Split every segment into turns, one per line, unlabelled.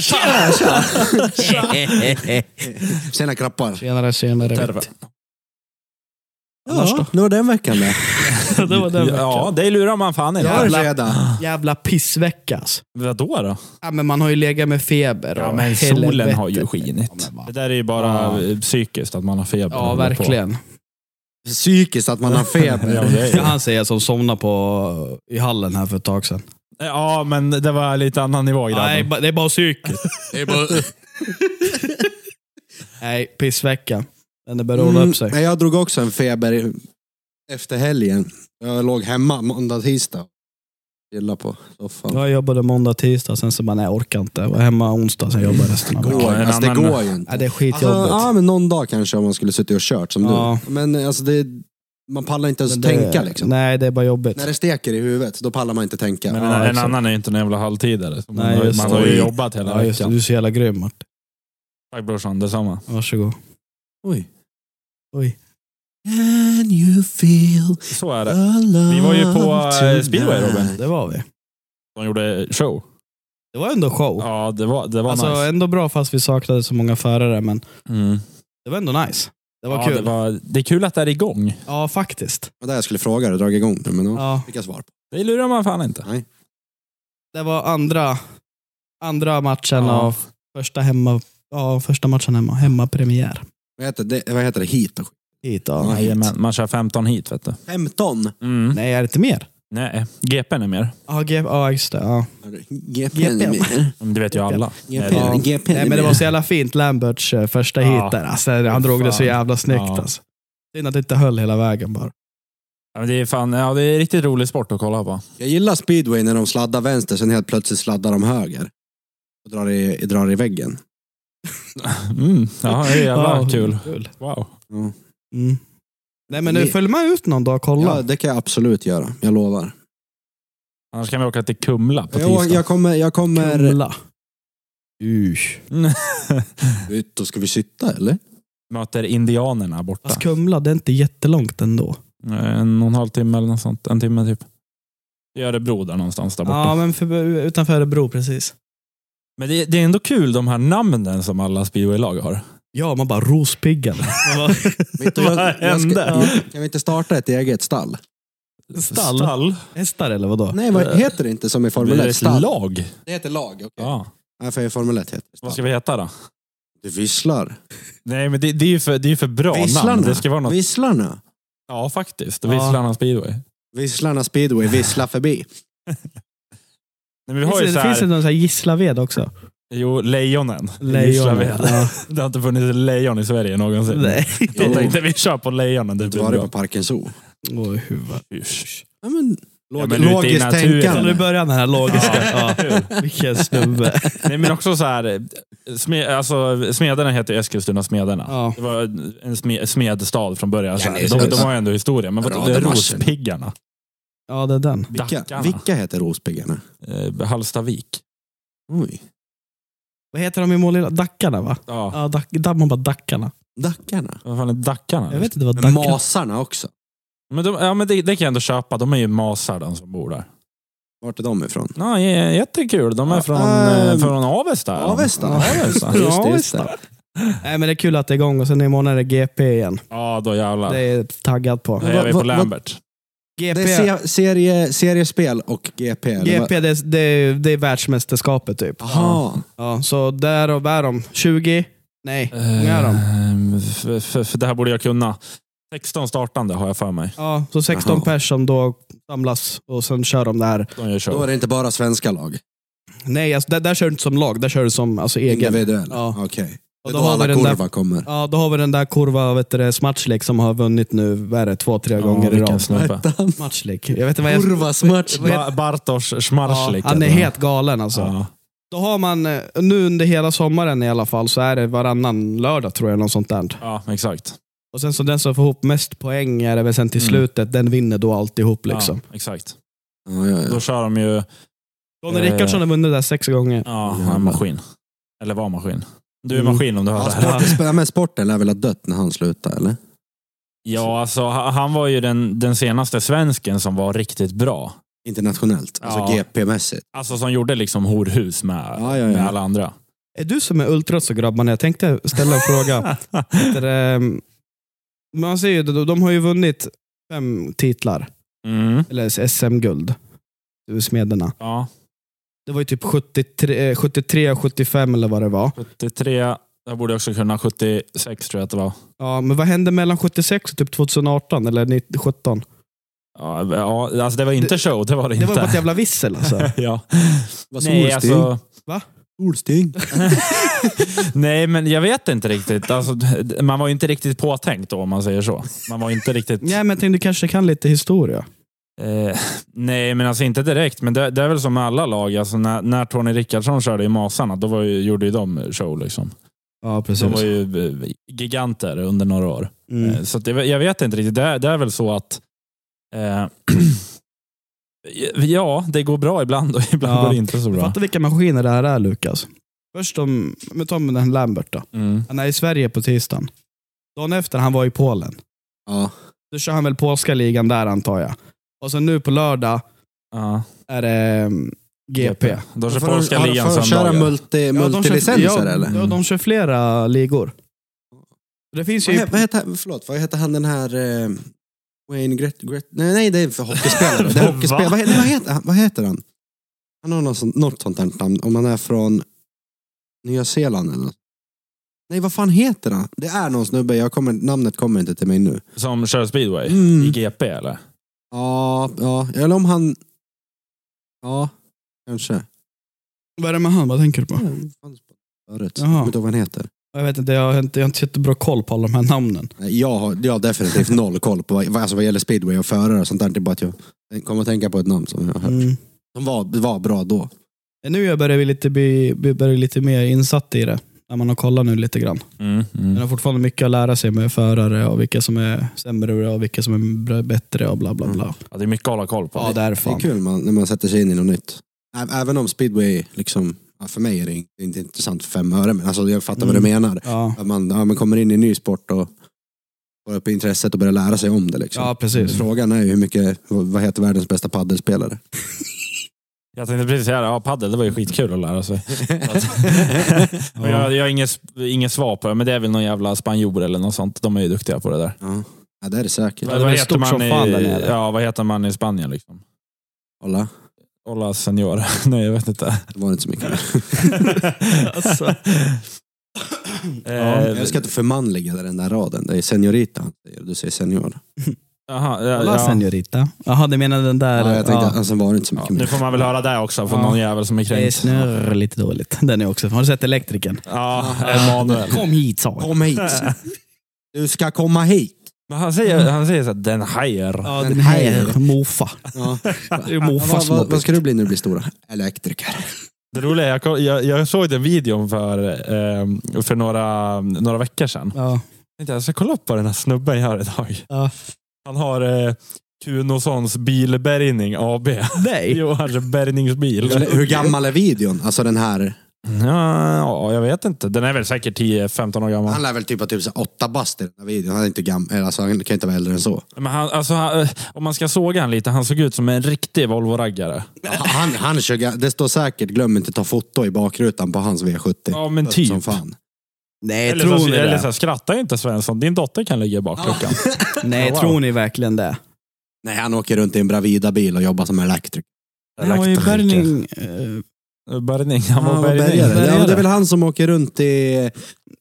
Tja!
Tja! Tjena grappar.
Senare, senare.
Terve.
Annars då? Nu var den veckan där.
det var den
Ja,
veckan.
det lurar man fan i.
Jag
Ja.
är
Jävla-
fredag.
Jävla pissvecka alltså.
Vadå då?
ja, men Man har ju legat med feber.
Ja,
och
men solen
helvete.
har ju
Ja,
skinit.
men
Det
va.
där är ju bara eh, psykiskt, att man har feber.
Ja, verkligen.
Psykiskt att man har
Ja,
feber.
det är
Ska
ju-
han säga som somnade på, i hallen här för ett tag sedan?
ja, men det var lite annan nivå
Nej,
grabben.
ba- det är bara psyket. det är bara... Nej, pissvecka. Den börjar rulla upp sig.
Mm, jag drog också en feber i- efter helgen. Jag låg hemma måndag, tisdag. Chillade på soffan.
Jag jobbade måndag, tisdag, sen så bara nej, jag orkar inte. Jag var hemma onsdag, sen jobbade resten av
Det
veckan.
går,
en
alltså, det
annan- Äh,
går ju inte.
Ja, det är
Alltså,
skitjobbigt.
ja, men någon dag kanske om man skulle suttit och kört som
Ja.
du. Men alltså, det, man pallar inte ens
Men det-
tänka. Liksom.
Nej, det är bara jobbigt.
När det steker i huvudet, då pallar man inte tänka.
Men
Ja,
en, en
exakt.
annan är ju inte en jävla halvtidare. Så Man,
Nej,
har,
just
man
det.
har ju
Oj.
jobbat hela
Ja, just det.
veckan.
Du är så jävla grym Martin.
Tack brorsan, detsamma.
Varsågod.
Oj.
Oj.
Can you feel
Så är det.
the love
Vi var ju på, eh, speedway,
tonight?
Robin.
Det var vi.
De gjorde show.
Det var ändå show.
Ja, det var, det var
alltså
nice.
ändå bra fast vi saknade så många förare, men
Mm.
det var ändå nice. Det var
ja,
kul.
Det, var, det är kul att det är igång.
Ja, faktiskt.
Det var där jag skulle fråga dig, dragit igång det, men
Mm.
ja.
Ja.
fick jag svar på.
Det lurar man fan inte.
Det var andra, andra matchen
Ja.
av första hemma, ja, första matchen hemma, hemmapremiär.
Vad heter det, vad heter det hit och skit?
Hit då.
Ja.
Jajamän, man kör 15 hit vet du.
15?
Mm.
Nej, är det inte mer?
Nej, GPn är mer.
Ja, G- ja just det. Ja.
GPn är med.
Det vet ju alla.
Ja.
GPn GPn är
Nej, men det
med.
var så jävla fint, Lamberts eh, första
Ja.
hit där. Alltså, han drog det så
Fan.
jävla snyggt.
Ja.
Alltså. Synd att det inte höll hela vägen bara.
Ja, men det, är fan, ja, det är riktigt rolig sport att kolla på.
Jag gillar speedway när de sladdar vänster, sen helt plötsligt sladdar de höger. Och drar i, drar i väggen.
Mm. Ja, det är jävla
Ja,
kul. Wow.
Mm. Nej men nu
Ni-
följ med ut någon dag och kolla.
Ja, det kan jag absolut göra, jag lovar.
Annars kan vi åka till Kumla på
Jag,
tisdag.
jag kommer... Jag kommer...
Kumla. Usch.
Ut, Då ska vi sitta eller?
Möter indianerna borta.
Fast Kumla, det är inte jättelångt ändå.
En och en halv timme eller något sånt. En timme typ. I Örebro där någonstans där borta.
Ja, men för, utanför Örebro precis.
Men det, det är ändå kul de här namnen som alla speedwaylag har.
Ja, man bara rospiggan.
Vet du,
Vad hände?
ska, kan vi inte starta ett eget stall?
Stall?
Stall.
Hästar eller vadå?
Nej, vad heter det inte som i Formel
Eh, Det är
1?
ett
Stall.
lag.
Det heter lag, okej.
Ja.
Nej, för i Formel 1 heter det
Vad
stall.
ska vi heta då?
Det visslar.
Nej, men det, det är ju för, det är ju för bra namn. Det ska vara något...
Visslarna.
Ja, faktiskt.
Ja.
Visslarna speedway.
Visslarna speedway, vissla förbi.
Nej, men vi
Finns
har
det,
ju så
finns det
här...
någon sån här Gislaved också?
Jo, lejonen.
Lejon.
Gislaved.
Ja.
Det har inte funnits lejon i Sverige någonsin.
Nej.
Då tänkte vi kör på lejonen. Det
Du
blir
var det på
bra.
Parken Zoo.
Oj, huvud.
Usch.
Ja, men,
Ja,
log-
men ute i
logiskt
naturen.
Kan du
tänkande.
börja med den här logiska? Ja. Vilken snubbe.
Nej, men också så här... Sme, alltså, smederna heter ju Eskilstuna Smederna.
Ja.
Det var en sme, smedstad från början. Så
Ja,
här.
nej,
de,
så-
de har ju ändå historia. Men vad, det är
Radermarschen.
Rospiggarna.
Ja, det är den.
Vilka,
Dackarna.
vilka heter rospiggarna?
Eh, Hallstavik.
Oj.
Vad heter de i Målilla? Dackarna va?
Ja.
Ja, dack, där man bara Dackarna.
Dackarna.
Vad fan är Dackarna?
Jag vet inte vad
Men
Dackarna...
masarna också.
Men, de, ja, men det, det kan jag ändå köpa. De är ju masar de som bor där.
Vart är de ifrån?
Ja, j- jättekul. De är
Ja,
från,
ehm,
eh, från Avesta.
Avesta.
Ja, Avesta.
Just det, just det.
Nej, men det är kul att det är igång och sen imorgon är det GP igen.
ja, då jävlar.
Det är taggad på.
Då är vi
Vad-
på
vad-
Lambert.
GP,
Det är se, serie, seriespel och GP. eller vad?
GP det, är- det, är- det är världsmästerskapet typ.
Jaha.
Ja, så där och är de 20? Nej, hur många är de?
Ehm, Eh, för, för, för det här borde jag kunna. 16 startande har jag för mig.
Ja, så 16
Jaha.
pers som då samlas och sen kör de där.
De gör
Då
show.
är det inte bara svenska lag.
Nej, alltså, där, där kör du inte som lag, där kör du som alltså, egen.
Individuell.
Ja.
Okej. Det
Och
är då
då har vi
alla
den där-
kurva kommer.
Ja, då har vi den där kurva vet du, det, Smatchlik som har vunnit nu, vad är det, två, tre
Ja,
gånger i
vilken
rad.
snubbe.
Matchlik. Jag vet inte vad jag...
Kurvasmatch.
Vad heter-
Ba- Bartosz
Ja,
Smarslik.
han är
heter
helt galen alltså.
Ja.
Då har man, eh, nu under hela sommaren i alla fall, så är det varannan lördag tror jag, något sånt där.
ja, exakt.
Och sen så den som får ihop mest poäng är det väl sen till
Mm.
slutet, den vinner då alltihop liksom.
Ja, exakt.
Ja, ja, ja.
Då kör de ju...
Ronny
Eh.
Rickardsson har vunnit det där sex gånger.
Ja, han är maskin. Eller var maskin. Du är
Mm.
maskin om du hör
Ja,
det här.
sporten, sp- ja, men sporten lär väl ha dött när han slutade, eller?
Ja, alltså ha- han var ju den, den senaste svensken som var riktigt bra.
Internationellt, alltså
Ja.
GP-mässigt.
Alltså som gjorde liksom horhus med,
Ja, ja, ja.
med alla andra.
Är du som är ultras och grabbarna? Jag tänkte ställa en fråga. Heter det, man ser ju, de de har ju vunnit fem titlar,
Mm.
eller SM-guld. Smederna.
Ja,
Det var ju typ 73, eh, 73 75 eller vad det var.
73. Jag borde också kunna 76 tror jag att det var.
Ja, men vad hände mellan 76 och typ 2018 eller 1917?
Ja, ja, alltså det var inte show, det var det
Det
inte.
var bara ett jävla vissel alltså.
ja.
Vad
Nej, alltså,
Solsting.
nej, men jag vet inte riktigt. Alltså, man var ju inte riktigt påtänkt då, om man säger så. Man var inte riktigt...
Nej, men jag tänkte du kanske kan lite historia.
Eh, nej, men alltså inte direkt. Men det, det är väl som med alla lag. Alltså, när, när Tony Rickardsson körde i Masarna, då var ju, gjorde ju de show. Liksom.
Ja,
De var ju eh, giganter under några år.
Mm.
Eh, Så att det, jag vet inte riktigt. Det, är- det är väl så att... Eh, ja, det går bra ibland och ibland
Ja,
går det inte så
Du
bra.
fattar vilka maskiner det här är Lukas. Först om, men ta med den Lambert då.
Mm.
Han är i Sverige på tisdagen. Dagen efter han var i Polen.
Ja.
Då kör han väl polska ligan där antar jag. Och sen nu på lördag
Ja,
är det mm, GP.
GP. De kör
Får de-
Alltså, polska
har-
ligan
Får de köra
söndagar.
multi, multilicenser
ja, de kör,
eller?
Ja, ja, de kör flera ligor. Det finns ju...
Vad, he- vad heter, förlåt, vad heter han den här... Eh, Wayne Gret... Gret nej, nej, det är för hockeyspelare. det är hockeyspelare.
Va?
Vad, heter, vad, heter, han? vad heter han? Han har något sånt, något sånt där namn. Om han är från Nya Zeeland eller något. Nej, vad fan heter han? Det är någon snubbe. Jag kommer, namnet kommer inte till mig nu.
Som kör speedway
Mm.
i GP eller?
Ja, ja, eller om han... Ja, kanske.
Vad är det med han? Vad tänker du på?
Mm, fanns på Förut. Jag
Jaha.
kommer inte ihåg vad han heter.
Jag vet inte, jag har inte, jag har inte jättebra koll på alla de här namnen.
Nej, Jag har, jag har definitivt noll koll på vad, alltså vad gäller speedway och förare och sånt där. Det är bara att jag kommer att tänka på ett namn som jag har hört.
Mm.
Som var, var bra då.
Nu jag börjar jag lite, bli, bli- börjar lite mer insatt i det. När man har kollat nu lite grann.
Mm.
Men
Mm.
har fortfarande mycket att lära sig med förare och vilka som är sämre och vilka som är bra- bättre och bla bla bla.
Ja, det är mycket att hålla koll på.
Ja, det är
Mm. Det är
fan.
kul man, när man sätter sig in i något nytt. Ä- Även om speedway, liksom, ja, för mig är det in- det är inte intressant för fem öre, men alltså, jag fattar
Mm.
vad du menar.
Ja.
Att man, ja, man kommer in i en ny sport och får upp intresset och börjar lära sig om det. Liksom.
ja, precis.
Frågan är ju hur mycket, vad vad heter världens bästa paddelspelare?
Jag tänkte precis säga det. Ja, padel, det var ju
Mm.
skitkul att lära sig. Men jag, jag har inget, inget svar på det, men det är väl någon jävla spanjor eller något sånt. De är ju duktiga på det där.
ja. ja, det är det säkert.
Ja, det är stort som
i,
fan där nere.
ja, vad heter man i Spanien? Liksom?
Kolla,
Hola senior. Nej, jag vet inte.
det var inte så mycket.
Alltså.
Eh,
Jag ska inte förmanliga den där raden. Det är seniorita han säger, du säger senior.
aha, ja,
Alla
ja.
senorita. Jaha, du menar den där...
Ja, jag tänkte, ja. sen var det inte så
Ja,
mycket
nu
mer.
får man väl höra det också från
Ja.
någon jävel som är
Det
kränkt.
snurrar lite dåligt. Den är också. Har du sett elektrikern?
Ja, Emanuel.
Kom hit sa han.
Kom hit! Du ska komma hit!
Men han säger, han säger så här, den här.
Ja,
Den
den här
här.
mofa.
Ja.
Det är
Ja,
mofa
vad,
som
vad,
har
vad ska du bli när du blir stora? Elektriker.
Det roliga är, jag, koll- jag, jag såg den videon för, ehm, för några, några veckor sedan.
Ja.
Jag tänkte, jag ska kolla upp vad den här snubben gör idag.
Ja.
Han har eh, Kunossons bilbärgning AB.
Nej.
Jo, han kör bärgningsbil.
Eller Hur gammal är videon? Alltså den här.
Ja, ja, jag vet inte. Den är väl säkert 10-15 år gammal.
Han lär väl typ vara typ så här åtta bast i den här videon. Han är inte gammal, alltså han kan inte vara äldre än så.
Men han, alltså, han, eh, om man ska såga han lite, han såg ut som en riktig Volvo-raggare.
Han, han kör, ga- det står säkert, glöm inte ta foto i bakrutan på hans V70.
Ja, men typ.
Som fan.
Nej,
Eller
tror
så,
ni
eller
det?
så här, skratta inte Svensson, din dotter kan ligga i bakluckan.
Nej,
Wow.
tror ni verkligen det?
Nej, han åker runt i en Bravida-bil och jobbar som elektriker.
Han var ju
Elektriker.
bärgning... eh,
Bärgning, han var
Ja,
bärgning.
bärgare. Ja, men det är
Bärgare.
väl han som åker runt i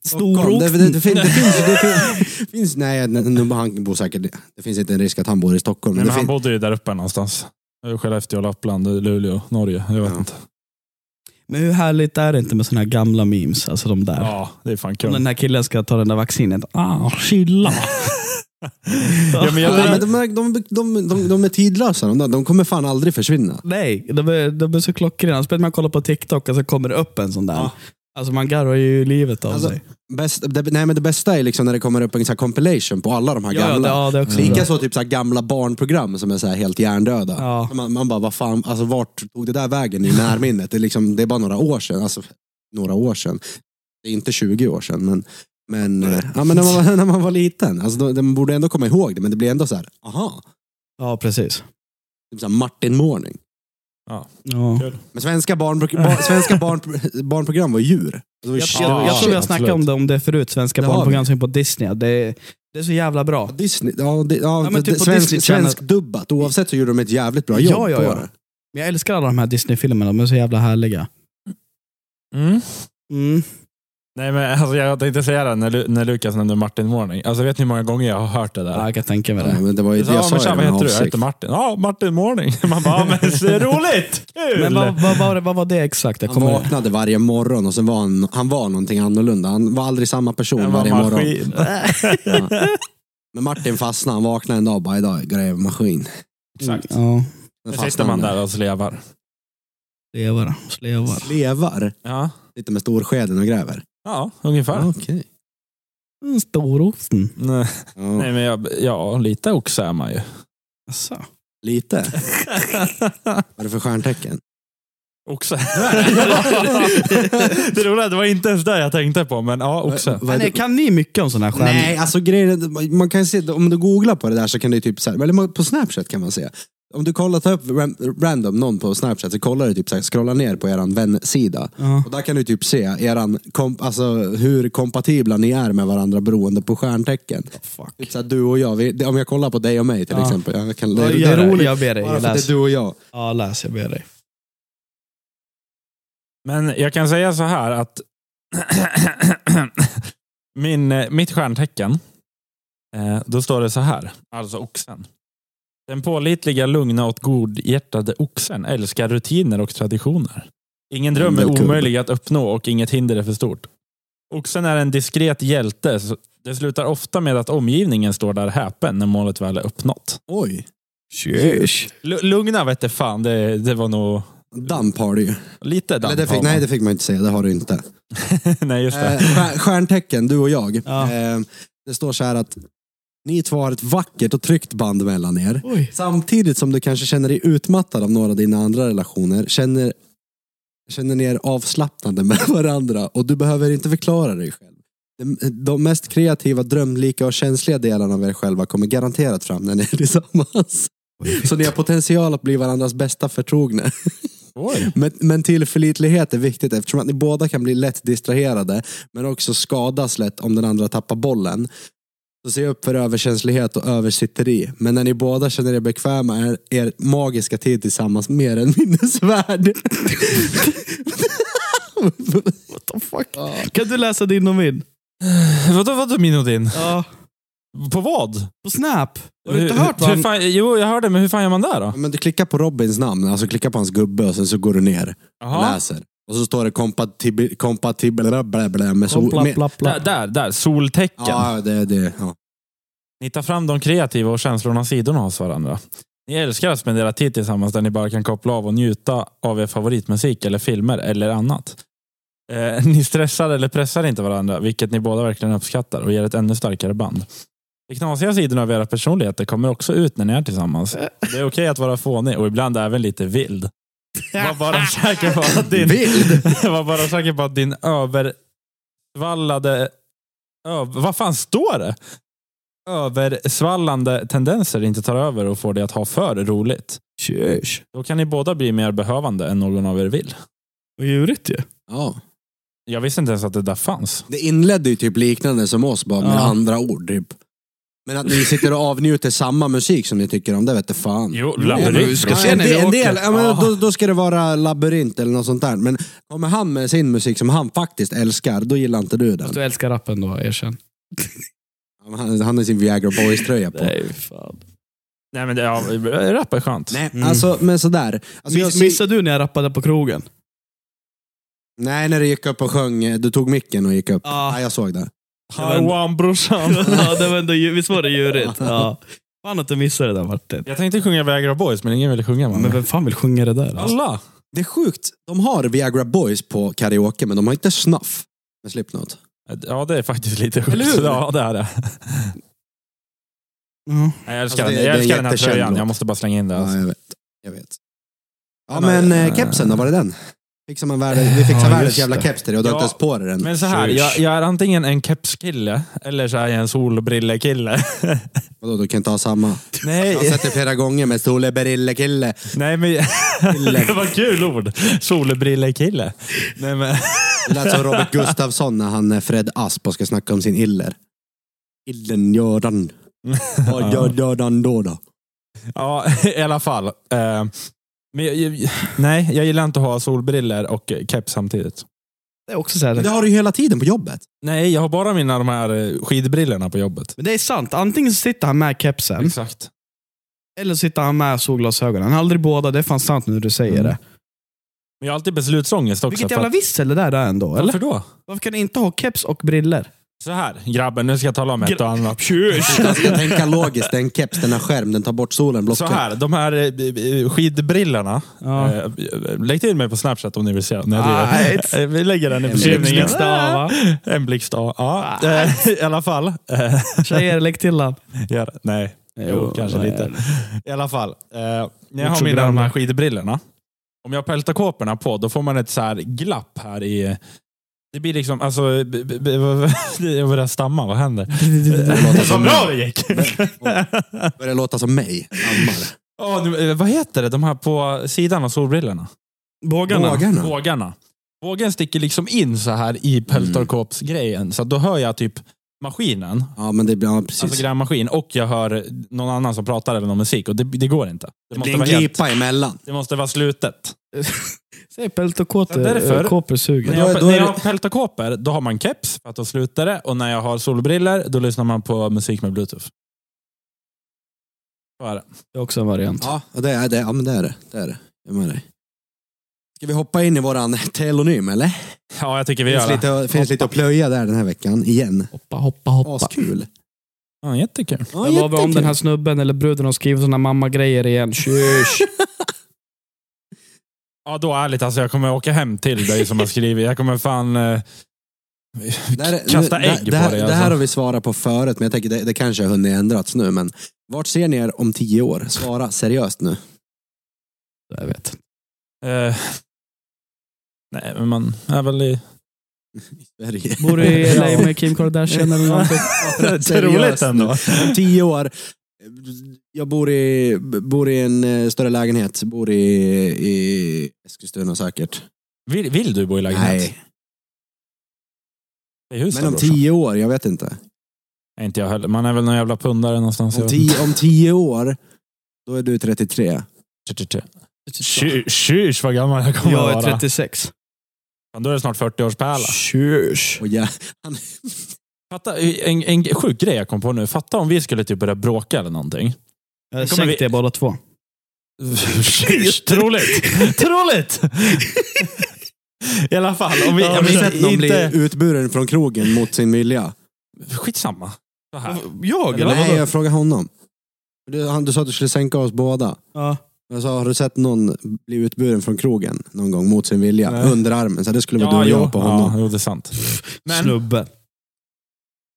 Stockholm. Det, det, det, fin- det finns... Det fin- finns nej, nu- nu, han bor säkert... Det finns inte en risk att han bor i Stockholm.
Nej,
Men
men
det
han
fin-
bodde ju där uppe någonstans. Eh, Skellefteå, Lappland, Luleå, Norge. Jag vet
Ja.
inte.
Men hur härligt är det inte med såna här gamla memes? Alltså de där.
Ja, det är fan
Om
kul.
den här killen ska ta den där vaccinet. Ah, chilla.
Ja, men jag,
Ja, men de, är- de, de, de, de är tidlösa. De, där. de kommer fan aldrig försvinna.
Nej, de är, de är så klockrena. Speciellt när man kollar på TikTok och så kommer det upp en sån där.
Ja.
Alltså man garvar ju livet av
Alltså,
sig.
Bäst, det, nej, men det bästa är liksom när det kommer upp en sån här compilation på alla de här
Ja, ja,
gamla.
det, ja, det är också bra.
Likaså typ så här gamla barnprogram som är så här helt hjärndöda.
Ja.
Man, man bara, vad fan, alltså, vart tog det där vägen i närminnet? Det är, liksom, det är bara några år sedan. Alltså, några år sedan. Det är inte 20 år sedan, men, men, eh, ja, men när, man, var- när man var liten. Alltså, då, man borde ändå komma ihåg det, men det blir ändå så här, aha.
Ja, precis.
Typ så här Martin Morning.
Ja.
Kul.
Men svenska, barnpro, bar, svenska barn, barnprogram var djur. Alltså, Det var ju
Jag,
shit.
jag, jag tror vi har
absolut.
snackat om det, om det förut, svenska
Det har vi.
barnprogramsering på Disney. Det, det är så jävla bra.
Disney, ja, det, ja,
Ja, men
det-
typ på
svensk,
Disney Channel.
svensk dubbat. Oavsett så gjorde de ett jävligt bra
Ja,
jobb
ja, ja.
på det.
Men jag älskar alla de här Disney-filmerna, de är så jävla härliga.
Mm.
Mm.
Nej, men alltså, jag tänkte säga det när, Lu- när Lukas nämnde Martin Warning. Alltså, vet ni hur många gånger jag har hört det där?
Ja, jag kan tänka mig
Ja,
det.
men det var ju
Jag
det
sa,
jag
ja,
sa
men
ju,
tja, vad
med
heter du? Jag
avsikt.
heter Martin. Ja, Martin Morning. Man bara, ja, men så är det roligt! Kul!
Men vad, vad, vad, var det- vad var det exakt? Jag
Han
kommer...
vaknade varje morgon och sen var han, han var någonting annorlunda. Han var aldrig samma person
En Äh,
varje
maskin.
morgon. Men Martin fastnade, han vaknade en dag och bara idag är det grävmaskin.
Exakt.
Ja,
Sen
Då sitter man där och slevar.
slevar. Slevar.
Levar,
Ja,
sitter med storskeden och gräver.
ja ungefär.
Ja, Okej.
Mm, Storoxen.
Nej,
Ja,
nej, men jag, ja, lite oxe är man ju.
Asså.
lite. Vad är det för stjärntecken?
Oxe. det roliga, det var inte ens det jag tänkte på, men ja, oxe.
Vad är
Men
det-
nej, kan ni mycket om sådana här stjärnor?
Nej, alltså grejen är- man kan se, om du googlar på det där så kan du typ, så här, eller man- på Snapchat kan man se. Om du kollar, tar upp ram- random någon på Snapchat så kollar du typ så här, scrollar ner på eran vänsida.
Ja.
Och där kan du typ se eran komp- alltså, hur kompatibla ni är med varandra beroende på stjärntecken.
Fuck.
Typ så här, du och jag, vi, om jag kollar på dig och mig till
Ja.
exempel. Jag kan,
Det, det är roligt, jag ber dig.
Bara för att det är
Läs.
du och jag.
Ja, läs. Jag ber dig.
Men jag kan säga så här att min, eh, mitt stjärntecken, eh, då står det så här, alltså oxen. Den pålitliga, lugna och godhjärtade oxen älskar rutiner och traditioner. Ingen dröm är
Underkubb.
omöjlig att uppnå och inget hinder är för stort. Oxen är en diskret hjälte. så Det slutar ofta med att omgivningen står där häpen när målet väl är uppnått.
Oj,
Tjush.
Lu- Lugna vet du fan, det, det var nog
damp har du ju.
lite
Eller
damp
det fick,
av mig.
nej, det fick man inte säga. Det har du inte.
nej, just
Eh,
det.
stjär- stjärntecken, du och jag.
Ja.
Eh, det står så här att ni två har ett vackert och tryggt band mellan er.
Oj.
Samtidigt som du kanske känner dig utmattad av några av dina andra relationer, känner, känner ni er avslappnade med varandra och du behöver inte förklara dig själv. De, de mest kreativa, drömlika och känsliga delarna av er själva kommer garanterat fram när ni är tillsammans. Så ni har potential att bli varandras bästa förtrogna.
Oj.
Men, men tillförlitlighet är viktigt eftersom att ni båda kan bli lätt distraherade men också skadas lätt om den andra tappar bollen. Så se upp för överkänslighet och översitteri. Men när ni båda känner er bekväma är er magiska tid tillsammans mer än minnesvärd.
What the fuck? Kan du läsa din och min?
Vadå, vadå min och din?
Ja.
På vad?
På Snap. Har du inte
Hur-
hört vad
hur
han-
fan, Jo, jag hörde, men hur fan gör man där då?
men du klickar på Robins namn, alltså klicka på hans gubbe och sen så går du ner och
Jaha.
läser. Och så står det kompatibla kompatibla blä, blä, med
Plopp,
sol...
plopp,
Med,
plopp,
Där,
plopp.
där, där. Soltecken.
ja, det, det, ja.
Ni tar fram de kreativa och känslorna sidorna hos varandra. Ni älskar att spendera tid tillsammans där ni bara kan koppla av och njuta av er favoritmusik eller filmer eller annat. Eh, ni stressar eller pressar inte varandra, vilket ni båda verkligen uppskattar och ger ett ännu starkare band. De knasiga sidorna av era personligheter kommer också ut när ni är tillsammans. Det är okej att vara fånig och ibland även lite vild. Var bara säker på att din, var bara säker på att din översvallade... Ö, vad fan står det? Översvallande tendenser inte tar över och får dig att ha för roligt.
Tjush.
Då kan ni båda bli mer behövande än någon av er vill.
Vad djurigt ju.
ja.
Jag visste inte ens att det där fanns.
Det inledde ju typ liknande som oss, bara med
Ja.
andra ord. Typ. Men att ni sitter och avnjuter samma musik som ni tycker om, det vet du fan.
Jo,
labyrint. vi ska
Ja,
se
en
när vi
del, en
åker.
del, ja, men
Ja.
då, då ska det vara labyrint eller något sånt där. Men kommer han med sin musik som han faktiskt älskar, då gillar inte du den.
Fast du älskar rappen då, erkänn.
Han, han har sin Viagra Boys-tröja på.
Nej, fan.
Nej, men det, ja, rap är skönt.
Nej,
Mm.
alltså, men sådär. Alltså, jag
Miss,
ser-
missade du när jag rappade på krogen?
Nej, när du gick upp och sjöng, eh, du tog micken och gick upp.
Ja.
Ja, jag såg det.
Hajwan brorsan.
ja, det var ändå, djur- visst var det djurigt? Ja. Fan att du missade det där Martin.
Jag tänkte sjunga Vägra Boys, men ingen ville sjunga med
Men
mig.
vem fan vill sjunga det där? Alltså?
Alla!
Det är sjukt. De har Viagra Boys på karaoke, men de har inte Snuff med Slipknot.
Ja, det är faktiskt lite
Eller
sjukt.
hur?
Ja, det är det.
Ja.
Nej, Jag älskar,
Alltså, det- det
den.
är
Jag
en
älskar den här
jättekänd
tröjan.
låt.
Jag måste bara slänga in det. Alltså.
Ja, jag vet. Jag vet. Ja,
Nej,
men
nej.
eh, kepsen då, var det den? Fixar man världen, vi fixar
Ja,
världens
just
jävla
det.
keps till dig och du har inte
Ja,
ens på dig den.
Men så här,
Tjus.
jag, jag är antingen en kepskille eller så är jag en solbrillekille.
Vadå, du kan inte ha samma? Jag har
Nej,
sett det flera gånger med soleberille-kille.
nej men...
Kille.
det var kul ord. Solbrillekille. Nej men...
Det lät som Robert Gustafsson när han är Fred Asp och ska snacka om sin iller. Illen Göran. Vad gör Göran då då?
Ja, i alla fall. Eh, men jag, jag, nej, jag gillar inte att ha solbriller och keps samtidigt.
Det är också så här.
Men Det har du ju hela tiden på jobbet.
Nej, jag har bara mina de här eh, skidbrillorna på jobbet.
Men det är sant. Antingen så sitter han med kepsen,
Exakt.
eller så sitter han med solglasögonen. Han har aldrig båda, det är fan sant nu du säger
Mm.
det.
Men jag har alltid beslutsångest också.
Vilket
för
jävla
att-
vissel det där är ändå, eller?
Varför då?
Varför kan ni inte ha keps och briller?
Så här, grabben, nu ska jag tala om ett
Gra-
och annat.
Man ska tänka logiskt. Det är en keps, den har skärm, den tar bort solen.
Så
Blockar.
här, de här eh, b- b- skidbrillorna.
Ja.
Eh, Lägg till mig på Snapchat om ni vill se. när jag
Nej.
driver. Eh, Vi lägger den i beskrivningen.
Blixtstava. Ah.
En blixtstav. Ja, eh, i alla fall. Eh,
Tjejer, lägg till han.
Gör, nej, jo, kanske
nej.
lite. I alla fall. Eh, när jag har
Mucho
mina de
grande.
här skidbrillorna. Om jag har peltakåporna på, då får man ett så här glapp här i... Det blir liksom, alltså... b- b- b- Jag börjar stamma, vad händer?
låter som-
det gick!
Börjar låta som mig. Ammar.
Åh, nu, eh, vad heter det, de här på sidan av solbrillorna?
Bågarna.
Bågarna.
Bågarna. Bågen sticker liksom in så här i peltorkåpsgrejen. Så att då hör jag typ maskinen,
Ja, men det blir... Ja,
alltså
precis.
grävmaskin, och jag hör någon annan som pratar eller någon musik. Och det, det går inte. Det
Det
måste,
blir en
vara helt,
glipa emellan.
det måste vara slutet.
Säg pält och
Därför-
kåtor- kåpor
När
suger.
då är-
jag,
då är
när jag
det-
har peltorkåpor, då har man keps för att då slutar det. Och när jag har solbriller, då lyssnar man på musik med bluetooth. Så är det.
Det är också en variant.
Ja, det är det. Ja, men det är det. det, är det. Jag är med dig. Ska vi hoppa in i våran telonym, eller?
Ja, jag tycker vi
Det
gör
finns,
det.
lite, finns lite att plöja där den här veckan, igen.
Hoppa, hoppa, hoppa.
Askul.
Ja, jättekul.
Ja,
Där var vi om
jättekul.
den här snubben eller bruden har skrivit såna mamma-grejer igen. Tjush.
Ja, då ärligt alltså, jag kommer åka hem till dig som har skrivit. Jag kommer fan... Eh,
Där-
kasta
nu-
ägg
det här,
på dig.
Det här
Alltså.
har vi svarat på förut, men jag tänker det, det kanske har hunnit ändrats nu. Men vart ser ni er om tio år? Svara seriöst nu.
Jag vet.
Eh, nej, men man är väl i...
Sverige.
Bor i LA med Kim Kardashian eller någonting.
Seriöst nu. Om tio år. eh, Jag bor i, bor i en eh, större lägenhet. Bor i, i Eskilstuna säkert.
Vill, vill du bo i lägenhet?
Nej,
I hus
men
då,
om
brorsan?
tio år, jag vet inte.
Nej, inte jag heller. Man är väl någon jävla pundare någonstans.
Om tio, om tio år, då är du 33.
Tjus vad gammal jag kommer
Jag
att
är
vara.
36.
Fan, Då är det snart 40-årspärla.
Tjush.
Och jag, han,
Fatta, en, en sjuk grej jag kom på nu. Fatta om vi skulle typ börja bråka eller någonting.
Jag är
Då kommer vi-
60 båda två.
Tjus, Troligt! Troligt! I alla fall. Om vi,
Ja,
ja,
har
men
ni sett någon
inte,
bli utburen från krogen mot sin vilja?
Skitsamma. Så här.
Jag
eller?
Nej, jag frågar honom. Du, han, du sa att du skulle sänka oss båda.
Ja.
Jag sa, har du sett någon bli utburen från krogen någon gång mot sin vilja?
Nej.
Under armen. Så det skulle vara du och jag på honom.
Ja, jo, det är sant. Men-
Snubbe.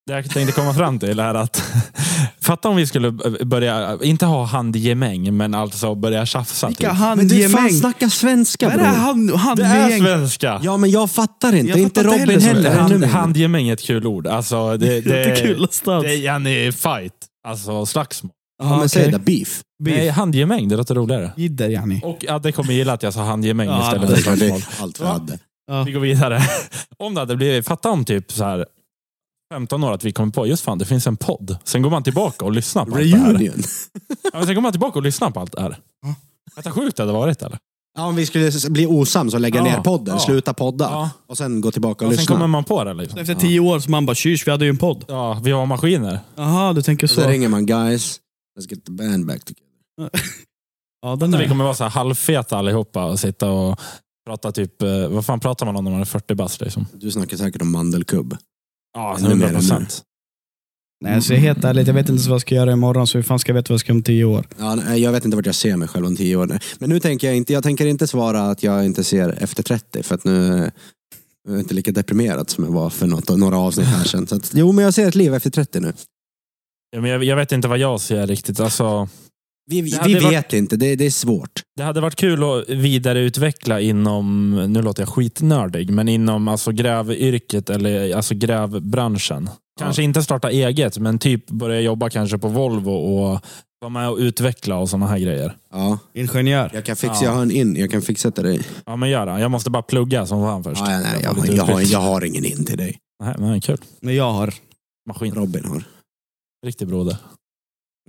Det jag tänkte komma fram till är att fatta om vi skulle börja, inte ha handgemäng, men alltså börja tjafsa.
Vilka
typ.
Men du fan
handgemäng?
snackar svenska
Vad är
bror.
det här hand-
Det är
handgemäng?
svenska!
Ja, men jag fattar inte.
Jag
inte
fattar inte
Robin
heller så
heller.
väl.
ännu
Hand,
mindre.
handgemäng är ett kul ord. Alltså, det, det,
Inte kul någonstans.
det är Jenny fight. Alltså slagsmål.
ja, men
okej.
säg det. Beef.
Beef.
Nej, handgemäng, det låter roligare.
Jidder, Janni.
Och Adde kommer gilla att jag sa handgemäng
Ja,
istället
det
för
är
Det
slagsmål.
är allt vi hade.
Vi går vidare. Om det hade blivit, fatta om typ så här 15 år att vi kom på, just fan det finns en podd. Sen går man tillbaka och lyssnar på allt det här.
Reunion.
Ja, men sen går man tillbaka och lyssnar på allt det här.
Ja.
Vänta, sjukt det hade varit eller?
Ja, om vi skulle s- bli osams och lägga
Ja,
ner podden,
ja.
sluta podda
Ja.
och sen gå tillbaka och,
Och sen
lyssna.
kommer man på det liksom.
Efter tio år så man bara, tjush, vi hade ju en podd. Alltså,
Ja, vi har maskiner.
Jaha, du tänker
Och så
så.
ringer man guys, let's get the band back together.
Ja, den
Så vi
är...
kommer vara så här halvfeta allihopa och sitta och prata typ, eh, vad fan pratar man om när man är 40 bast liksom?
Du snackar säkert om mandelkubb.
Ja,
Ännu mer
100 procent.
Nej, så helt ärligt, jag vet inte ens vad jag ska göra imorgon, så hur fan ska jag veta vad jag ska göra om tio år?
Ja, nej, jag vet inte vart jag ser mig själv om tio år. Men nu tänker jag inte, jag tänker inte svara att jag inte ser efter 30 för att nu eh, jag är inte lika deprimerad som jag var för något, några avsnitt här sedan. Så att, jo, men jag ser ett liv efter 30 nu.
Ja, men jag, jag vet inte vad jag ser riktigt. Alltså,
Vi,
Det
vi
hade
vet
varit-
inte, det, det är svårt.
det hade varit kul att vidareutveckla inom, nu låter jag skitnördig, men inom alltså grävyrket eller alltså grävbranschen. Kanske inte starta eget, men typ börja jobba kanske på Volvo och vara med och utveckla och sådana här grejer.
Ja.
Ingenjör.
Jag kan fixa,
Ja.
jag har en in, jag kan fixa till dig.
Ja, men gör det. Jag måste bara plugga som fan först.
Ja, ja, nej, jag,
får
har-
lite
jag, har,
utbyte.
jag har ingen in till dig.
Nej, men kul.
Men jag har.
Maskin.
Robin har.
Riktig broder.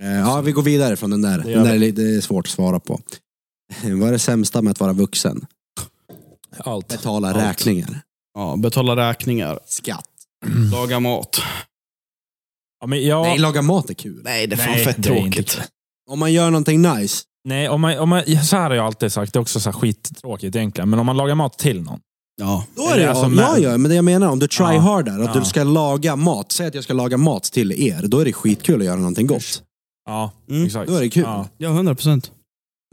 Eh, Ja, vi går vidare från den där.
Det gör
Den där
vi.
är lite svårt att svara på. Vad är det sämsta med att vara vuxen?
Allt.
Betala
Allt.
räkningar.
Ja, betala räkningar.
Skatt.
Mm.
Laga mat.
Ja, men jag...
Nej, laga mat är kul.
Nej, det är
Nej,
fan fett
det är inte
tråkigt.
Om man gör någonting nice.
Nej, om man, om man, så här har jag alltid sagt. Det är också så här skittråkigt egentligen. Men om man lagar mat till någon.
Ja.
Då är det,
Alltså,
ja,
men-
ja, ja, men det jag menar, om du try
Ja.
hardar, att
Ja.
du ska laga mat. Säg att jag ska laga mat till er, då är det skitkul att göra någonting gott.
Ja,
Mm,
exakt.
då är det kul.
Ja.
Ja, 100 procent.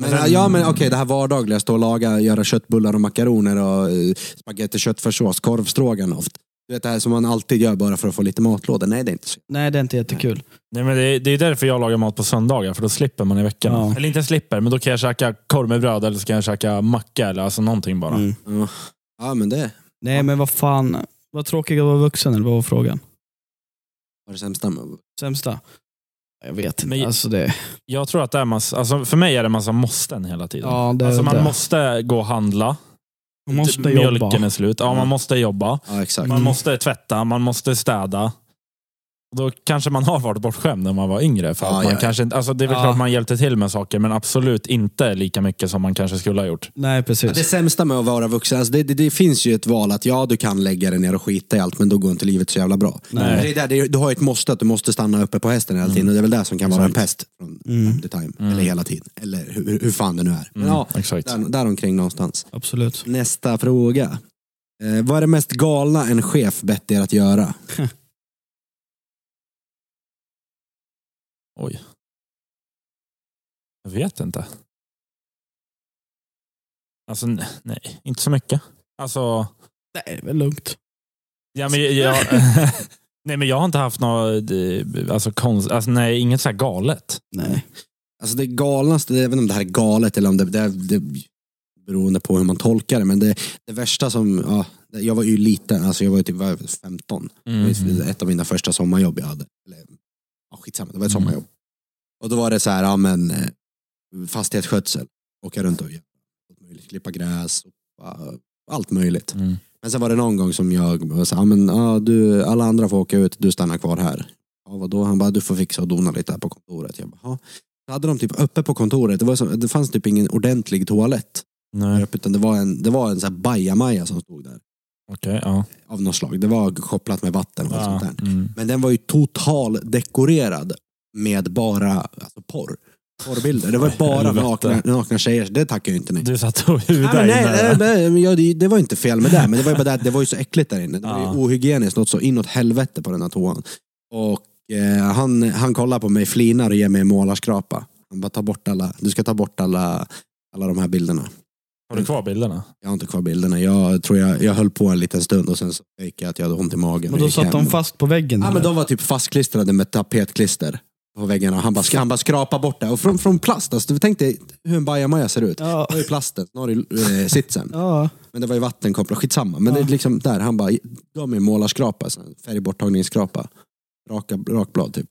Men,
Men sen-
ja, men okej, det här vardagliga, stå och laga, göra köttbullar och makaroner och eh, spagetti, köttfärssås, korv, stroganoff. Du vet det här som man alltid gör bara för att få lite matlådor. Nej, det är inte så.
Nej, det är inte jättekul.
Nej, men det, är, det är därför jag lagar mat på söndagar, för då slipper man i veckan.
Ja.
Eller inte slipper, men då kan jag käka korv med bröd eller så kan jag käka macka eller alltså någonting bara.
Mm.
Ja, ja men det
Nej, men vad fan. Vad tråkigt att vara vuxen, eller vad var frågan?
var det sämsta. med-
Sämsta? Jag vet inte.
Men-
Alltså det...
Jag tror att det är massa, alltså för mig är det massa måsten hela tiden.
Ja, det,
alltså man
det.
måste gå och handla. Typ,
Man måste
Mjölken
jobba.
är slut. Ja,
Ja.
man måste jobba.
Ja, exakt.
Man
Mm.
måste tvätta, man måste städa. Och Då kanske man har varit bortskämd när man var yngre. För att
Ja,
man
ja, ja.
Kanske inte, alltså det är väl
Ja.
klart man hjälpte till med saker, men absolut inte lika mycket som man kanske skulle ha gjort.
Nej,
Ja, det
precis.
sämsta med att vara vuxen, alltså det, det, det finns ju ett val att ja, du kan lägga dig ner och skita i allt, men då går inte livet så jävla bra.
Nej.
Men Det är där, det är, du har ju ett måste, att du måste stanna uppe på hästen hela tiden. Och det är väl det som kan vara en pest från
Mm,
the time,
Mm.
eller hela tiden. Eller hur, hur fan det nu är. Men
Mm,
ja,
exakt.
där, däromkring någonstans.
absolut.
Nästa fråga. Eh, vad är det mest galna en chef bett er att göra?
Oj. Jag vet inte. Alltså, n- nej. Inte så mycket. Alltså,
Nej, det är väl lugnt.
ja, men jag, jag, nej, men jag har inte haft något, eh, alltså, konst, alltså nej, inget så här galet.
Nej.
Alltså det galnaste, jag vet inte om det här är galet eller om det, det, det beroende på hur man tolkar det, men det, det värsta som, ja, det- jag var ju liten, alltså jag var ju typ vad är det, 15. Det var ett av mina första sommarjobb jag hade. Eller, ja, skitsamma, det var ett
Mm.
sommarjobb. Och då var det så här, ja men eh, fastighetsskötsel, åka runt och göra allt möjligt, klippa gräs, sopa, allt möjligt.
Mm.
Men sen var det någon gång som jag var så här, "Ah, men ja, du, alla andra får åka ut, du stannar kvar här. Ja, vadå? Han bara, du får fixa och dona lite här på kontoret. Jag bara, "Ja." så hade de typ uppe på kontoret, det, var så, det fanns typ ingen ordentlig toalett. där
Nej,
uppe, Utan det var en, det var en så här bajamaja som stod där.
okej. ja.
Av något slag. Det var kopplat med vatten och allt
Ja,
sånt där.
mm.
Men den var ju total dekorerad med bara alltså porr. Porrbilder. Det var bara
Helvete.
nakna, nakna tjejer, så det tackar jag ju inte nej
Du satt och hudade
Nej, men nej,
in där.
nej, nej, men jag- det, det var inte fel med det, men det var ju bara det att det var ju så äckligt där inne. Det var ju
Ja.
ohygieniskt, något så inåt helvete på den här toan. Och eh, han, han kollar på mig, flinar och ger mig en målarskrapa. Han bara, ta bort alla, du ska ta bort alla, alla de här bilderna.
Har du kvar bilderna?
Jag har inte kvar bilderna. Jag tror jag, jag höll på en liten stund och sen så fick jag att jag hade ont i magen.
Men
och
då
gick
satt
hem.
de fast på väggen?
Ja, men
eller?
de var typ fastklistrade med tapetklister på väggarna. Han bara, ska- han bara skrapa bort det. Och från, från plast, alltså, du tänkte hur en bajamaja ser ut.
Ja.
Det var ju plasten, snarare eh, sitsen.
Ja.
Men det var ju vattenkopplat, skitsamma. Men det är liksom där, han bara, de är målarskrapa, så här, färgborttagningsskrapa. Raka, rakblad typ.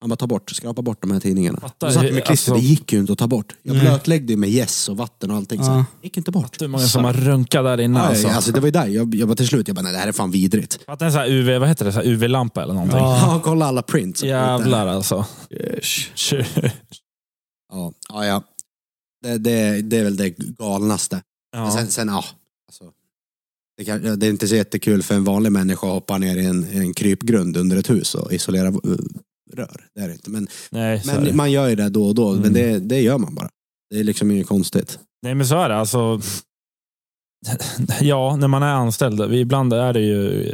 Han bara, ta bort, skrapa bort de här tidningarna.
Fattar
Då satt
hur-
med klister,
alltså- Mm.
det gick ju inte att ta bort. Jag
Nej.
blötläggde ju med gäss och vatten och allting. Så
Ja.
det gick inte bort.
Hur många som har runkat där inne?
Nej,
alltså.
alltså, det var ju där, jag, jag var till slut, jag bara, nej det här är fan vidrigt.
Fattar en sån här UV, vad heter det? Så här UV-lampa eller någonting?
Ja.
Ja, kolla alla prints.
Jävlar alltså.
Yes.
Ja, ja. ja. Det, det, det är väl det galnaste. Men
Ja.
sen, sen ja. Alltså, det, kan, det är inte så jättekul för en vanlig människa att hoppa ner i en, en krypgrund under ett hus och isolera eh, rör. Det är det inte. Men,
Nej, så är det.
men man gör ju det då och då,
Mm.
men det, det gör man bara. Det är liksom inget konstigt.
Nej, men så är det. Alltså, ja, när man är anställd. Ibland är det ju,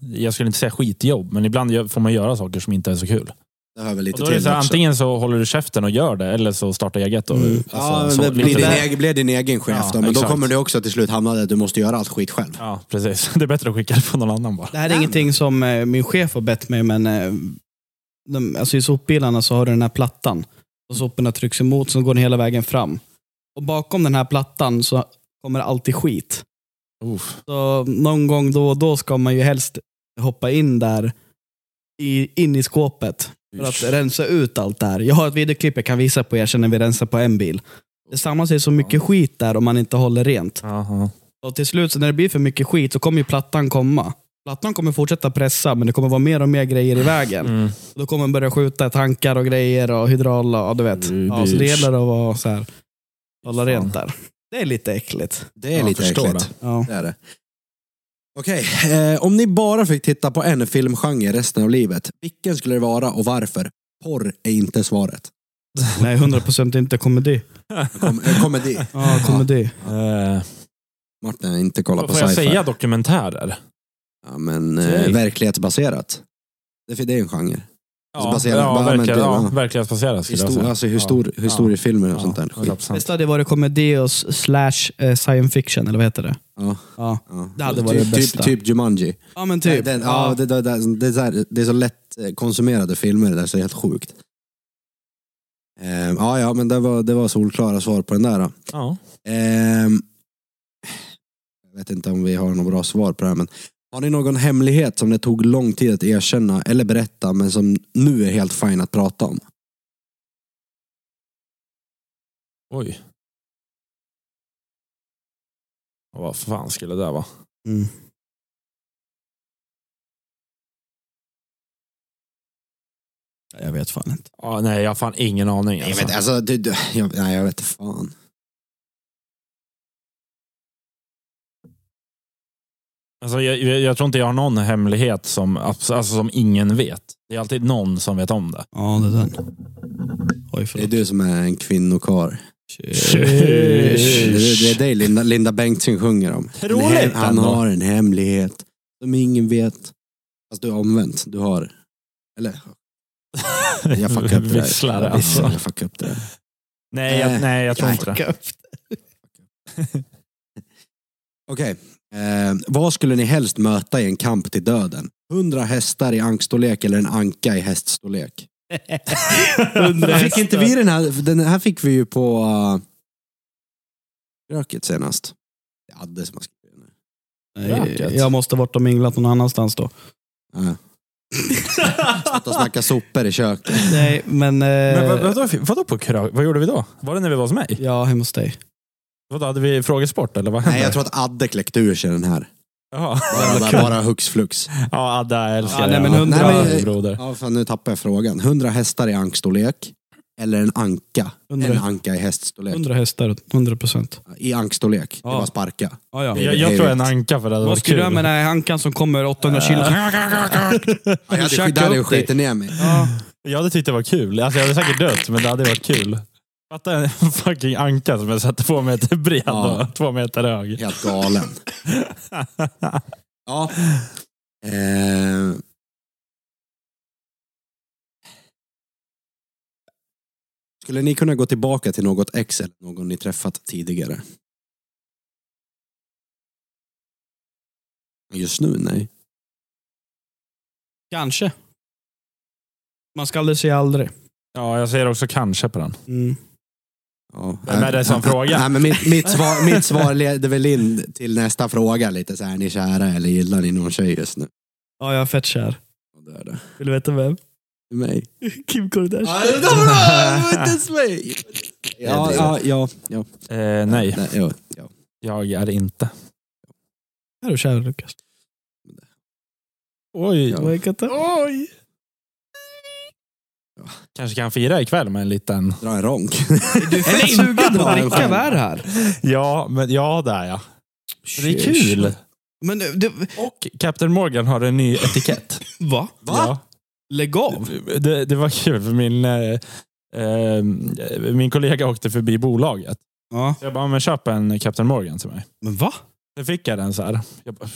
jag skulle inte säga skitjobb, men ibland gör- får man göra saker som inte är så kul.
Det hör väl
Och
lite
då är det
till
så här,
också.
antingen så håller du käften och gör det, eller så startar eget. Och,
Mm.
alltså,
ja, men
så,
det blir,
lite
din
där.
egen, blir din egen chef
Ja,
då, men
exakt.
då kommer du också till slut hamna där att du måste göra allt skit själv.
Ja, precis. Det är bättre att skicka det på någon annan bara.
Det här är ingenting som eh, min chef har bett mig, men eh, de, alltså i sopbilarna så har du den här plattan. Och soporna trycks emot, så går den hela vägen fram. Och bakom den här plattan så kommer det alltid skit.
Uff.
Så någon gång då och då ska man ju helst hoppa in där i, in i skåpet för att rensa ut allt det här. Jag har ett videoklipp jag kan visa på er sen när vi rensar på en bil. Det samlar sig så mycket skit där om man inte håller rent.
Jaha.
Och till slut så när det blir för mycket skit så kommer ju plattan komma. Plattan kommer fortsätta pressa men det kommer vara mer och mer grejer i vägen.
Mm.
Då kommer man börja skjuta tankar och grejer och hydrauler och du vet.
Mm,
Ja, så det gäller att vara så här, hålla
Fan.
rent där. Det är lite äckligt.
Det är
Jag
lite
förstår
äckligt.
Ja.
Det är det. Okej, eh, om ni bara fick titta på en filmgenre resten av livet, vilken skulle det vara och varför? Porr är inte svaret.
Nej, 100% inte komedi.
Kom, eh, komedi.
Ja, komedi.
Eh,
Martin har inte kollat på
får jag
sci-fi.
säga dokumentärer?
Ja, men
Säg.
eh, verklighetsbaserat. Det, för det är en genre. Alltså baserat-
ja,
bara- men
verkligen,
det-
ja,
ja.
verklighetsbaserat skulle jag
Histor,
säga.
alltså histor, historiefilmer och
Ja,
sånt där. Skit.
100%.
Bästa hade varit komedi och s- slash eh, science fiction, eller vad heter det?
Ja,
Ja,
ja.
Det hade varit
typ,
det bästa.
Typ, typ Jumanji.
ja men typ.
Den, ja. det, det, det, det, är så här, det är så lätt eh, konsumerade filmer det där, så det är helt sjukt. Ehm, ja, ja, men det var, det var solklara svar på den där. Då.
Ja.
Ehm, jag vet inte om vi har något bra svar på det här, men har ni någon hemlighet som det tog lång tid att erkänna eller berätta, men som nu är helt fine att prata om?
Oj. Vad fan skulle det där vara?
Mm. Jag vet fan inte.
Ja, nej, jag har fan ingen aning.
Nej,
Alltså.
men alltså, det, det, jag, nej, jag vet fan.
Alltså, jag, jag, jag tror inte jag har någon hemlighet som, alltså, som ingen vet. Det är alltid någon som vet om det.
Ja, det är den. Oj,
Det är
förlåt.
du som är en kvinnokar. Det,
Tjej.
det, det är dig Linda, Linda Bengtzing sjunger om.
Troligt
En he- han
ändå.
har en hemlighet som ingen vet. Fast du är omvänt. Du har... Eller, jag fuckade upp det där.
Visslar,
Jag
alltså.
visslar, Jag fuckade upp det där.
Nej, jag, nej, jag tror inte det.
Fuck up.
Okej. Eh, vad skulle ni helst möta i en kamp till döden? 100 hästar i ankstorlek eller en anka i häststorlek?
Hundra
Fick inte vi
hästar.
den här? Den här fick vi ju på... Uh, Röket senast. Det är Adde som har skrivit den.
Nej, Jag måste ha varit och minglat någon annanstans då.
här. Eh, Ja. Sluta snacka sopor i köket.
Nej, men... Eh,
Men vad, vadå, vadå på krö- Vad gjorde vi då? Var det när vi var hos mig?
Ja, hemma hos dig.
Vadå, hade vi frågesport eller vad hände?
Nej, jag tror att Adde kläckte ur sig den här.
Jaha.
Bara, bara, bara hux flux.
Ja, Adda, jag älskar
Ja,
dig.
nej, men
Ja.
hundra-
Nej, men- broder.
Ja, fan, nu tappar jag frågan. 100 hästar i ankstorlek eller en anka?
100.
En anka i häststorlek.
100 hästar, 100 procent.
I ankstorlek. Det
Ja.
var sparka.
Ja, ja.
Jag, jag tror en anka för det hade varit
Måste du ha
kul.
med den här hankan som kommer 800 kilo?
Ja, jag hade,
Käka
där hade jag
upp dig.
skitit ner mig.
Ja.
Jag hade tyckt det var kul. Alltså, jag hade säkert dött, men det hade varit kul. Fatta en fucking anka som är så här två meter bred
Ja.
och två meter hög.
Helt galen. Ja. Eh. Skulle ni kunna gå tillbaka till något ex eller någon ni träffat tidigare? Just nu, nej.
Kanske. Man ska aldrig säga aldrig.
Ja, jag säger också kanske på den.
Mm.
Ja.
Vem är det som frågar?
Nej, men mitt, mitt, svar, mitt svar leder väl in till nästa fråga. Lite så här, är ni kära eller gillar ni någon tjej just nu?
Ja, jag är fett kär.
Och då är det
Vill du veta vem?
mig.
Kim Kardashian.
Ja, det var inte ens mig! Ja, ja, ja. ja.
Eh, nej,
Nej, ja, ja.
jag är inte.
Är du kär Lukas?
Oj.
Ja.
Like att- Oj!
Kanske kan fira ikväll med en liten...
Dra en ronk.
Du är fett sugen på att dricka vad är det här?
Ja, men ja, det är jag. Det är kul.
Men eh, du, du
Och Captain Morgan har en ny etikett.
va?
Ja.
Lägg av!
Det, det var kul, för min, eh, eh, min kollega åkte förbi bolaget.
Ja.
Så jag bara, men köp en Captain Morgan till mig.
Men va?
Sen fick jag den så här. Jag bara,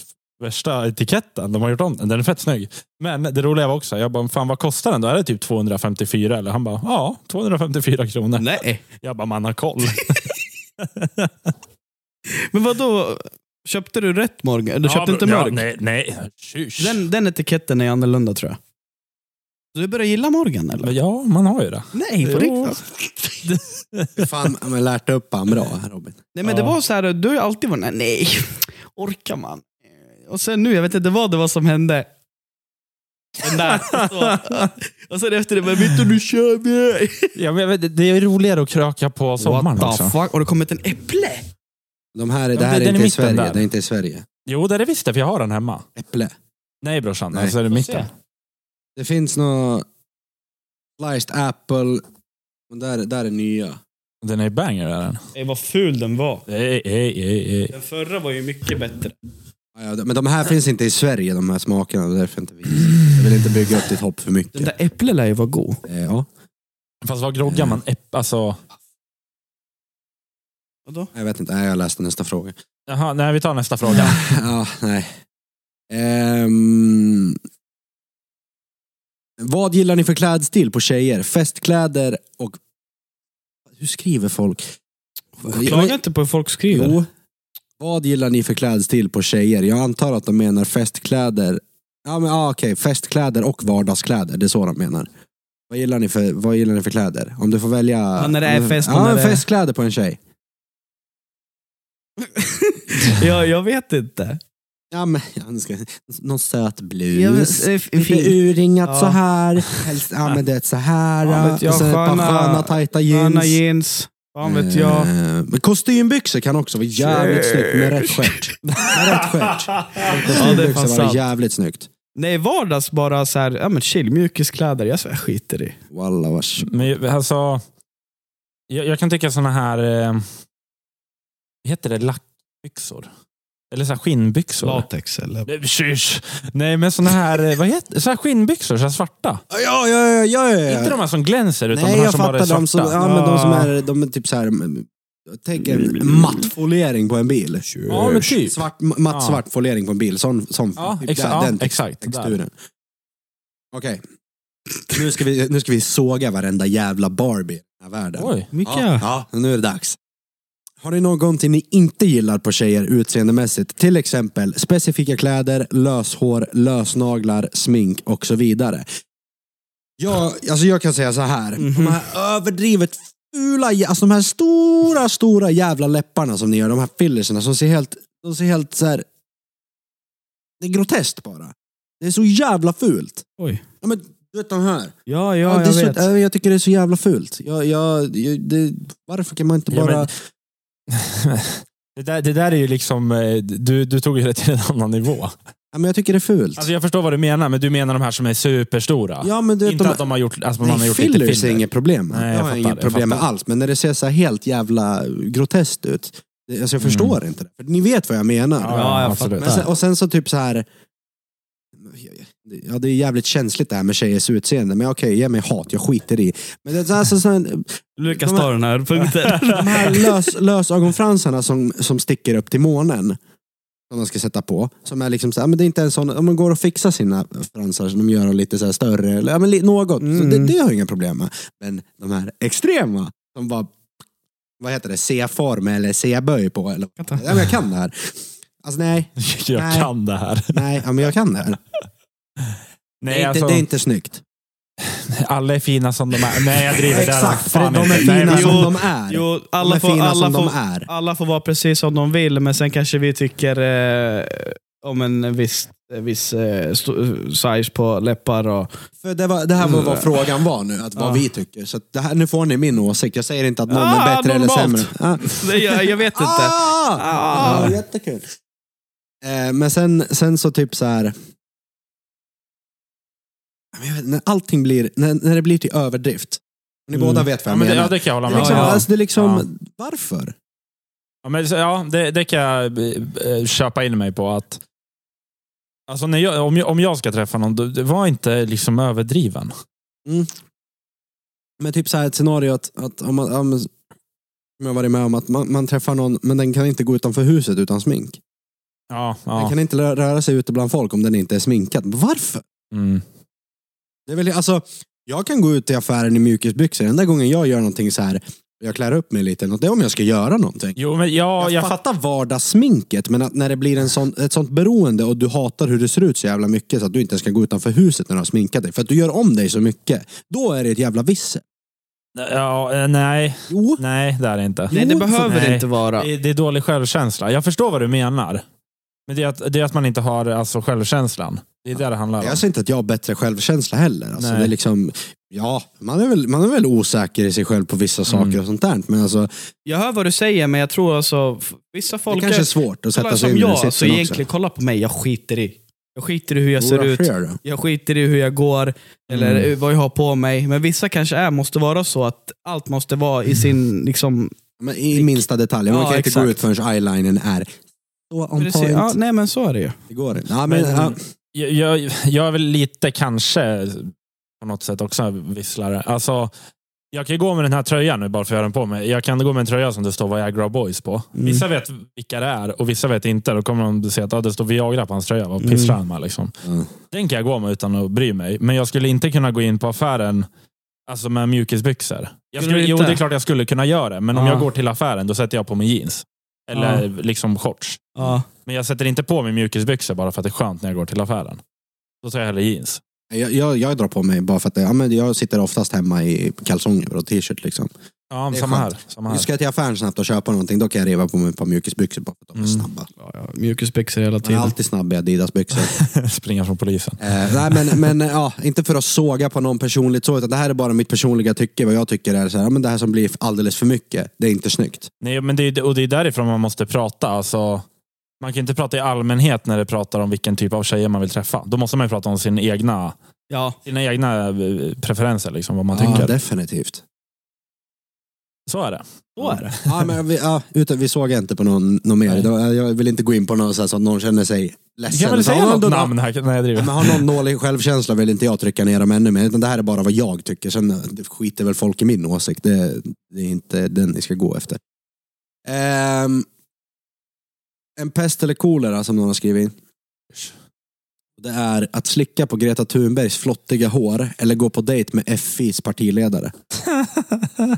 värsta etiketten, de har gjort om den. Den är fett snygg. Men det roliga var också, jag bara, fan vad kostar den då? Är det typ 254? Eller han bara, ja, 254 kronor.
Nej.
Jag bara, man har koll.
Men vad då? Köpte du rätt Morgan? Du
Ja,
köpte
bro-
inte
ja,
mörk?
Nej, nej. Tjus.
den, den etiketten är annorlunda tror jag. Du börjar gilla Morgan eller?
Men Ja, man har ju det.
Nej, på
Jo.
riktigt.
Fan, men lärt upp han bra, Robin.
Nej men det
Ja.
var så här, du har ju alltid varit nej, orkar man? Och sen nu, jag vet inte vad det var som hände. Den där. Och så, och sen efter det bara, vet du du kör med.
Ja, men jag vet, det är roligare att kröka på sommaren
What the
också.
fuck? Har det kommit en äpple?
De här, är-
Ja,
det här
den
är
i
inte i
mitten
Sverige.
där.
Det är inte i Sverige.
Jo, det är det visst det, för jag har den hemma.
Äpple.
Nej brorsan,
Nej.
alltså är det
Får se.
mitten.
Det finns nå sliced apple. Men där, där är nya.
Den är banger är den.
Ey, vad ful den var.
Ej, ej, ej, ej.
Den förra var ju mycket bättre.
Ja, ja, Men de här finns inte i Sverige, de här smakerna. Det är därför inte vi... Jag vill inte bygga upp ditt hopp för
Den
mycket.
där äpplen lär ju vara god.
Eh, Ja,
Fast vad groggar man? Äpp, alltså...
Vadå?
jag vet inte. Nej, jag läste nästa fråga.
Jaha, nej vi tar nästa fråga.
Ja, nej. Ehm, vad gillar ni för klädstil på tjejer? Festkläder och... Hur skriver folk?
Klaga inte på hur folk skriver.
Jo. Vad gillar ni för klädstil på tjejer? Jag antar att de menar festkläder. Ja, men ah, okej. Festkläder och vardagskläder. Det är så de menar. Vad gillar ni för, vad gillar ni för kläder? Om du får välja...
Ja, när det är fest och
Ja,
när
men
det är-
festkläder på en tjej.
ja, jag vet inte.
Ja, men, ja, nu ska, jag- någon söt blus.
Ja, men, eh, fin.
Lite urringat
Ja.
så här. Helst, ja, men du vet så här.
Ja, vet jag,
och sen ett
sköna-
par sköna tajta jeans.
Anna jeans. Mm. Fan vet jag.
Eh, Men kostymbyxor kan också vara jävligt
Shit.
snyggt med rätt stjärt. Med rätt stjärt.
Ja, det är
Kostymbyxor
fan
var
sant.
jävligt snyggt.
Nej, vardags bara så här, ja men chill, mjukiskläder. Jag, så, jag skiter i.
Walla vars.
Men alltså... Jag, jag kan tycka såna här... Eh, heter det lackbyxor? Eller så här skinnbyxor?
Latex eller?
Nej, Shush. Nej men såna här, eh, vad heter så här skinnbyxor, så här svarta.
Ja, ja, ja, ja, ja.
Inte de här som glänser utan
Nej,
de här
jag
som bara är
fattar
svarta.
de som, ja, men de som är, de är typ så här. Tänk en mattfolering på en bil.
Ja, men typ.
Svart, matt
Ja.
svart folering på en bil. Sån, sån
Ja,
typ
exa
där,
ja,
den
exakt. Där.
texturen. Okej. Nu ska, vi, nu ska vi såga varenda jävla Barbie i den här världen.
Oj.
Mika.
Ja, ja, nu är det dags. Har ni någonting ni inte gillar på tjejer utseendemässigt? Till exempel specifika kläder, löshår, lösnaglar, smink och så vidare. Jag, alltså jag kan säga så här. De här överdrivet fula, jä- alltså de här stora, stora jävla läpparna som ni gör. De här fillerserna som ser helt, de ser helt så här. Det är groteskt bara. Det är så jävla fult.
Oj.
Ja, men, du vet de här.
Ja, ja,
Ja, det
jag
är
vet.
så, äh, jag tycker det är så jävla fult. Jag, jag, jag, det, varför kan man inte
Ja,
bara...
men- Det där, det där är ju liksom, eh, du, du tog ju det till en annan nivå.
Ja, men jag tycker det är fult.
Alltså jag förstår vad du menar, men du menar de här som är superstora.
ja, men du vet,
Inte
de,
att de har gjort, alltså man har
nej,
gjort lite
fillers är
filler.
inget problem.
Nej, jag
jag har
fattar,
inget
jag
problem med
fattar.
alls. Men när det ser så här helt jävla groteskt ut. det-
Mm.
Alltså jag förstår inte det. För ni vet vad jag menar.
Ja, jag
absolut.
Men sen, och sen så typ så här... Ja, det är jävligt känsligt det här med tjejers utseende. Men okej, ge mig hat. Jag skiter i. Men det är alltså, så här,
Lukas
De här-
tar den här punkten.
De här lös, lösögonfransarna som, som sticker upp till månen. Som de ska sätta på. Som är liksom så här, men det är inte en sån, om man går och fixar sina fransar som de gör dem lite så här större. Eller, ja, men li- något.
Mm.
Så det, det har jag inga problem med. Men de här extrema. Som bara, vad heter det, C-form eller C-böj på. Eller, ja, men jag kan det här. Alltså nej,
Jag
Nej.
kan det här.
nej, ja, men jag kan det här. det,
Nej,
är
alltså,
inte, det är inte snyggt.
alla är fina som de är. Nej, jag driver. det här.
Exakt, för
Fan
de är
inte.
fina
Nej, men-
som
jo,
de är.
Jo,
de är
alla får,
fina
alla,
som
får,
de är.
alla får vara precis som de vill, men sen kanske vi tycker eh, om en viss, en viss eh, sto- size på läppar och...
För det, var, det här var vad frågan var nu, att vad
Mm. Ja.
vi tycker. Så att det här, nu får ni min åsikt. Jag säger inte att någon
Ah,
är bättre eller
normalt.
sämre. Ah.
Nej, jag, jag vet inte.
Ah!
Ah.
Ja, jättekul. Eh, men sen, sen så typ så här... Men Jag vet, när allting blir, när, när det blir till överdrift. Ni
Mm.
båda vet vad
Ja,
jag
men det,
menar.
ja, det kan jag hålla
det är
med
liksom,
om. Ja.
alltså, det är liksom varför?
Ja, men, så- ja, det, det kan jag eh, köpa in mig på. att alltså, när jag, om, jag, om jag ska träffa någon, då- det var inte liksom överdriven.
Men typ så här ett scenario att, att om man, om, som jag har varit med om, att man, man träffar någon, men den kan inte gå utanför huset utan smink.
Ja,
Den
ja.
kan inte rö- röra sig ute bland folk om den inte är sminkad. Varför?
Mm.
Det är väl, alltså, jag kan gå ut i affären i mjukisbyxor. Enda gången jag gör någonting så här, jag klär upp mig lite, eller något, det är om jag ska göra någonting.
Jo, men ja,
Jag,
jag fattar.
fattar vardagssminket, men att när det blir en sån, ett sånt beroende och du hatar hur det ser ut så jävla mycket så att du inte ens kan gå utanför huset när du har sminkat dig, för att du gör om dig så mycket. Då är det ett jävla visse.
Ja, eh, nej,
Jo,
nej, det är det inte.
Nej, det
Jo,
behöver
nej.
inte vara.
Det är, det är dålig självkänsla. Jag förstår vad du menar. Men det är att, det är att man inte har alltså, självkänslan. Det är det det handlar om.
Jag ser inte att jag har bättre självkänsla heller. Alltså,
Nej.
det är liksom, ja, man är, väl, man är väl osäker i sig själv på vissa
Mm.
saker och sånt där. Men alltså,
Jag hör vad du säger, men jag tror alltså, f- vissa
det
folk...
kanske är svårt att
Kolla,
sätta sig
som
in i den
jag, så
sitsen också.
egentligen, kolla på mig, jag skiter i. Jag skiter i hur jag ser
Jo,
ut,
varför gör du?
jag skiter i hur jag går, eller eh,
Mm.
vad jag har på mig. Men vissa kanske är, måste vara så att allt måste vara i sin... Liksom,
Men I minsta detalj. Man
Ja,
kan inte
exakt.
gå ut förrän eyelinern är så on
precis,
point.
ja, nej men så är det ju.
Det går inte. Ja, men,
Men-
ja,
jag, jag, jag är väl lite kanske på något sätt också en visslare. Alltså, jag kan ju gå med den här tröjan nu bara för att jag har den på mig. Jag kan gå med en tröja som det står Viagra Boys på.
Mm.
Vissa vet vilka det är och vissa vet inte. Då kommer de att se att ah, det står Viagra på hans tröja.
Mm.
Vad pysslar han med? Liksom.
Ja.
Den kan jag gå med utan att bry mig. Men jag skulle inte kunna gå in på affären alltså med mjukisbyxor. Jag
Skulle
skulle,
du
jo,
inte? Ah.
det är klart jag skulle kunna göra det. Men om
Ja.
jag går till affären då sätter jag på mig jeans. Eller
Ah.
liksom shorts.
Ja.
Men jag sätter inte på mig mjukisbyxor bara för att det är skönt när jag går till affären. Då tar jag hellre jeans.
jag, jag, jag drar på mig bara för att ja, men jag sitter oftast hemma i kalsonger och t-shirt. Liksom.
Ja,
Det är
samma här,
skönt.
samma här.
Ska jag till affären snabbt och köpa någonting, då kan jag riva på mig ett par mjukisbyxor bara för att de är
Mm.
snabba.
Ja, ja, Mjukisbyxor hela
Man är
tiden.
alltid snabb i Adidas-byxor.
Springa från polisen.
Eh, nej, men, men eh, ja, inte för att såga på någon personligt så, utan det här är bara mitt personliga tycke. Vad jag tycker är så här, ja, men det här som blir alldeles för mycket, det är inte snyggt.
Nej, men det är, och det är därifrån man måste prata. Alltså, man kan inte prata i allmänhet när det pratar om vilken typ av tjejer man vill träffa. Då måste man ju prata om sin egna,
Ja.
sina egna eh, preferenser, liksom, vad man
ja,
tycker.
definitivt.
Så är det.
Så är det.
Ja, men vi, ja, utan, vi såg inte på någon, någon mer.
Nej.
Det var- Jag vill inte gå in på någon så, här, så att någon känner sig
Du
ledsen.
kan väl
Så,
säga
ja,
något
då-
namn här? Nej, jag
Ja,
driver.
Men har någon dålig självkänsla vill inte jag trycka ner dem ännu mer. Utan det här är bara vad jag tycker. Sen eh, det skiter väl folk i min åsikt. Det, det är inte den ni ska gå efter. Ehm, en pest eller kolera som någon har skrivit in. Det är att slicka på Greta Thunbergs flottiga hår eller gå på dejt med FIs partiledare.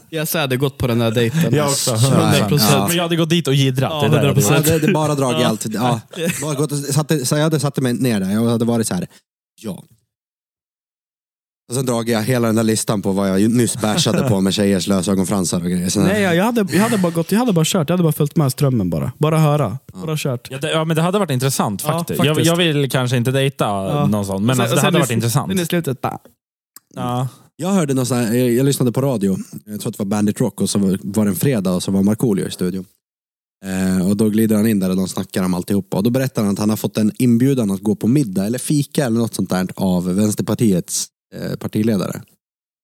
Jag så hade gått på den där dejten.
Jag också.
100
Ja.
procent.
Men jag hade gått dit och jiddrat.
Ja,
det är där jag hade
100%.
Ja,
gjort.
det, det är bara drag i allt. Ja. Bara gått och satte- Så jag hade satt mig ner där. Jag hade varit så här. Ja. Och sen dragit jag hela den där listan på vad jag nyss bashade på med tjejers lösögonfransar och grejer. Sen,
Nej, jag, jag, hade, jag, hade bara gått, jag hade bara kört. Jag hade bara följt med strömmen bara. Bara höra. Bara kört.
Ja, det, ja, men det hade varit intressant
Ja,
faktiskt. Jag,
faktiskt.
jag vill kanske inte dejta någon sån, men
Och
alltså,
sen- och
det
sen
hade
i-
varit intressant.
Sen i slutet bara...
Ja.
Jag hörde någon sån här, jag, jag lyssnade på radio, jag tror att det var Bandit Rock och så var, var det en fredag och så var Markoolio i studion. Eh, och då glider han in där och de snackar om alltihopa. Och då berättar han att han har fått en inbjudan att gå på middag eller fika eller något sånt där av Vänsterpartiets eh, partiledare.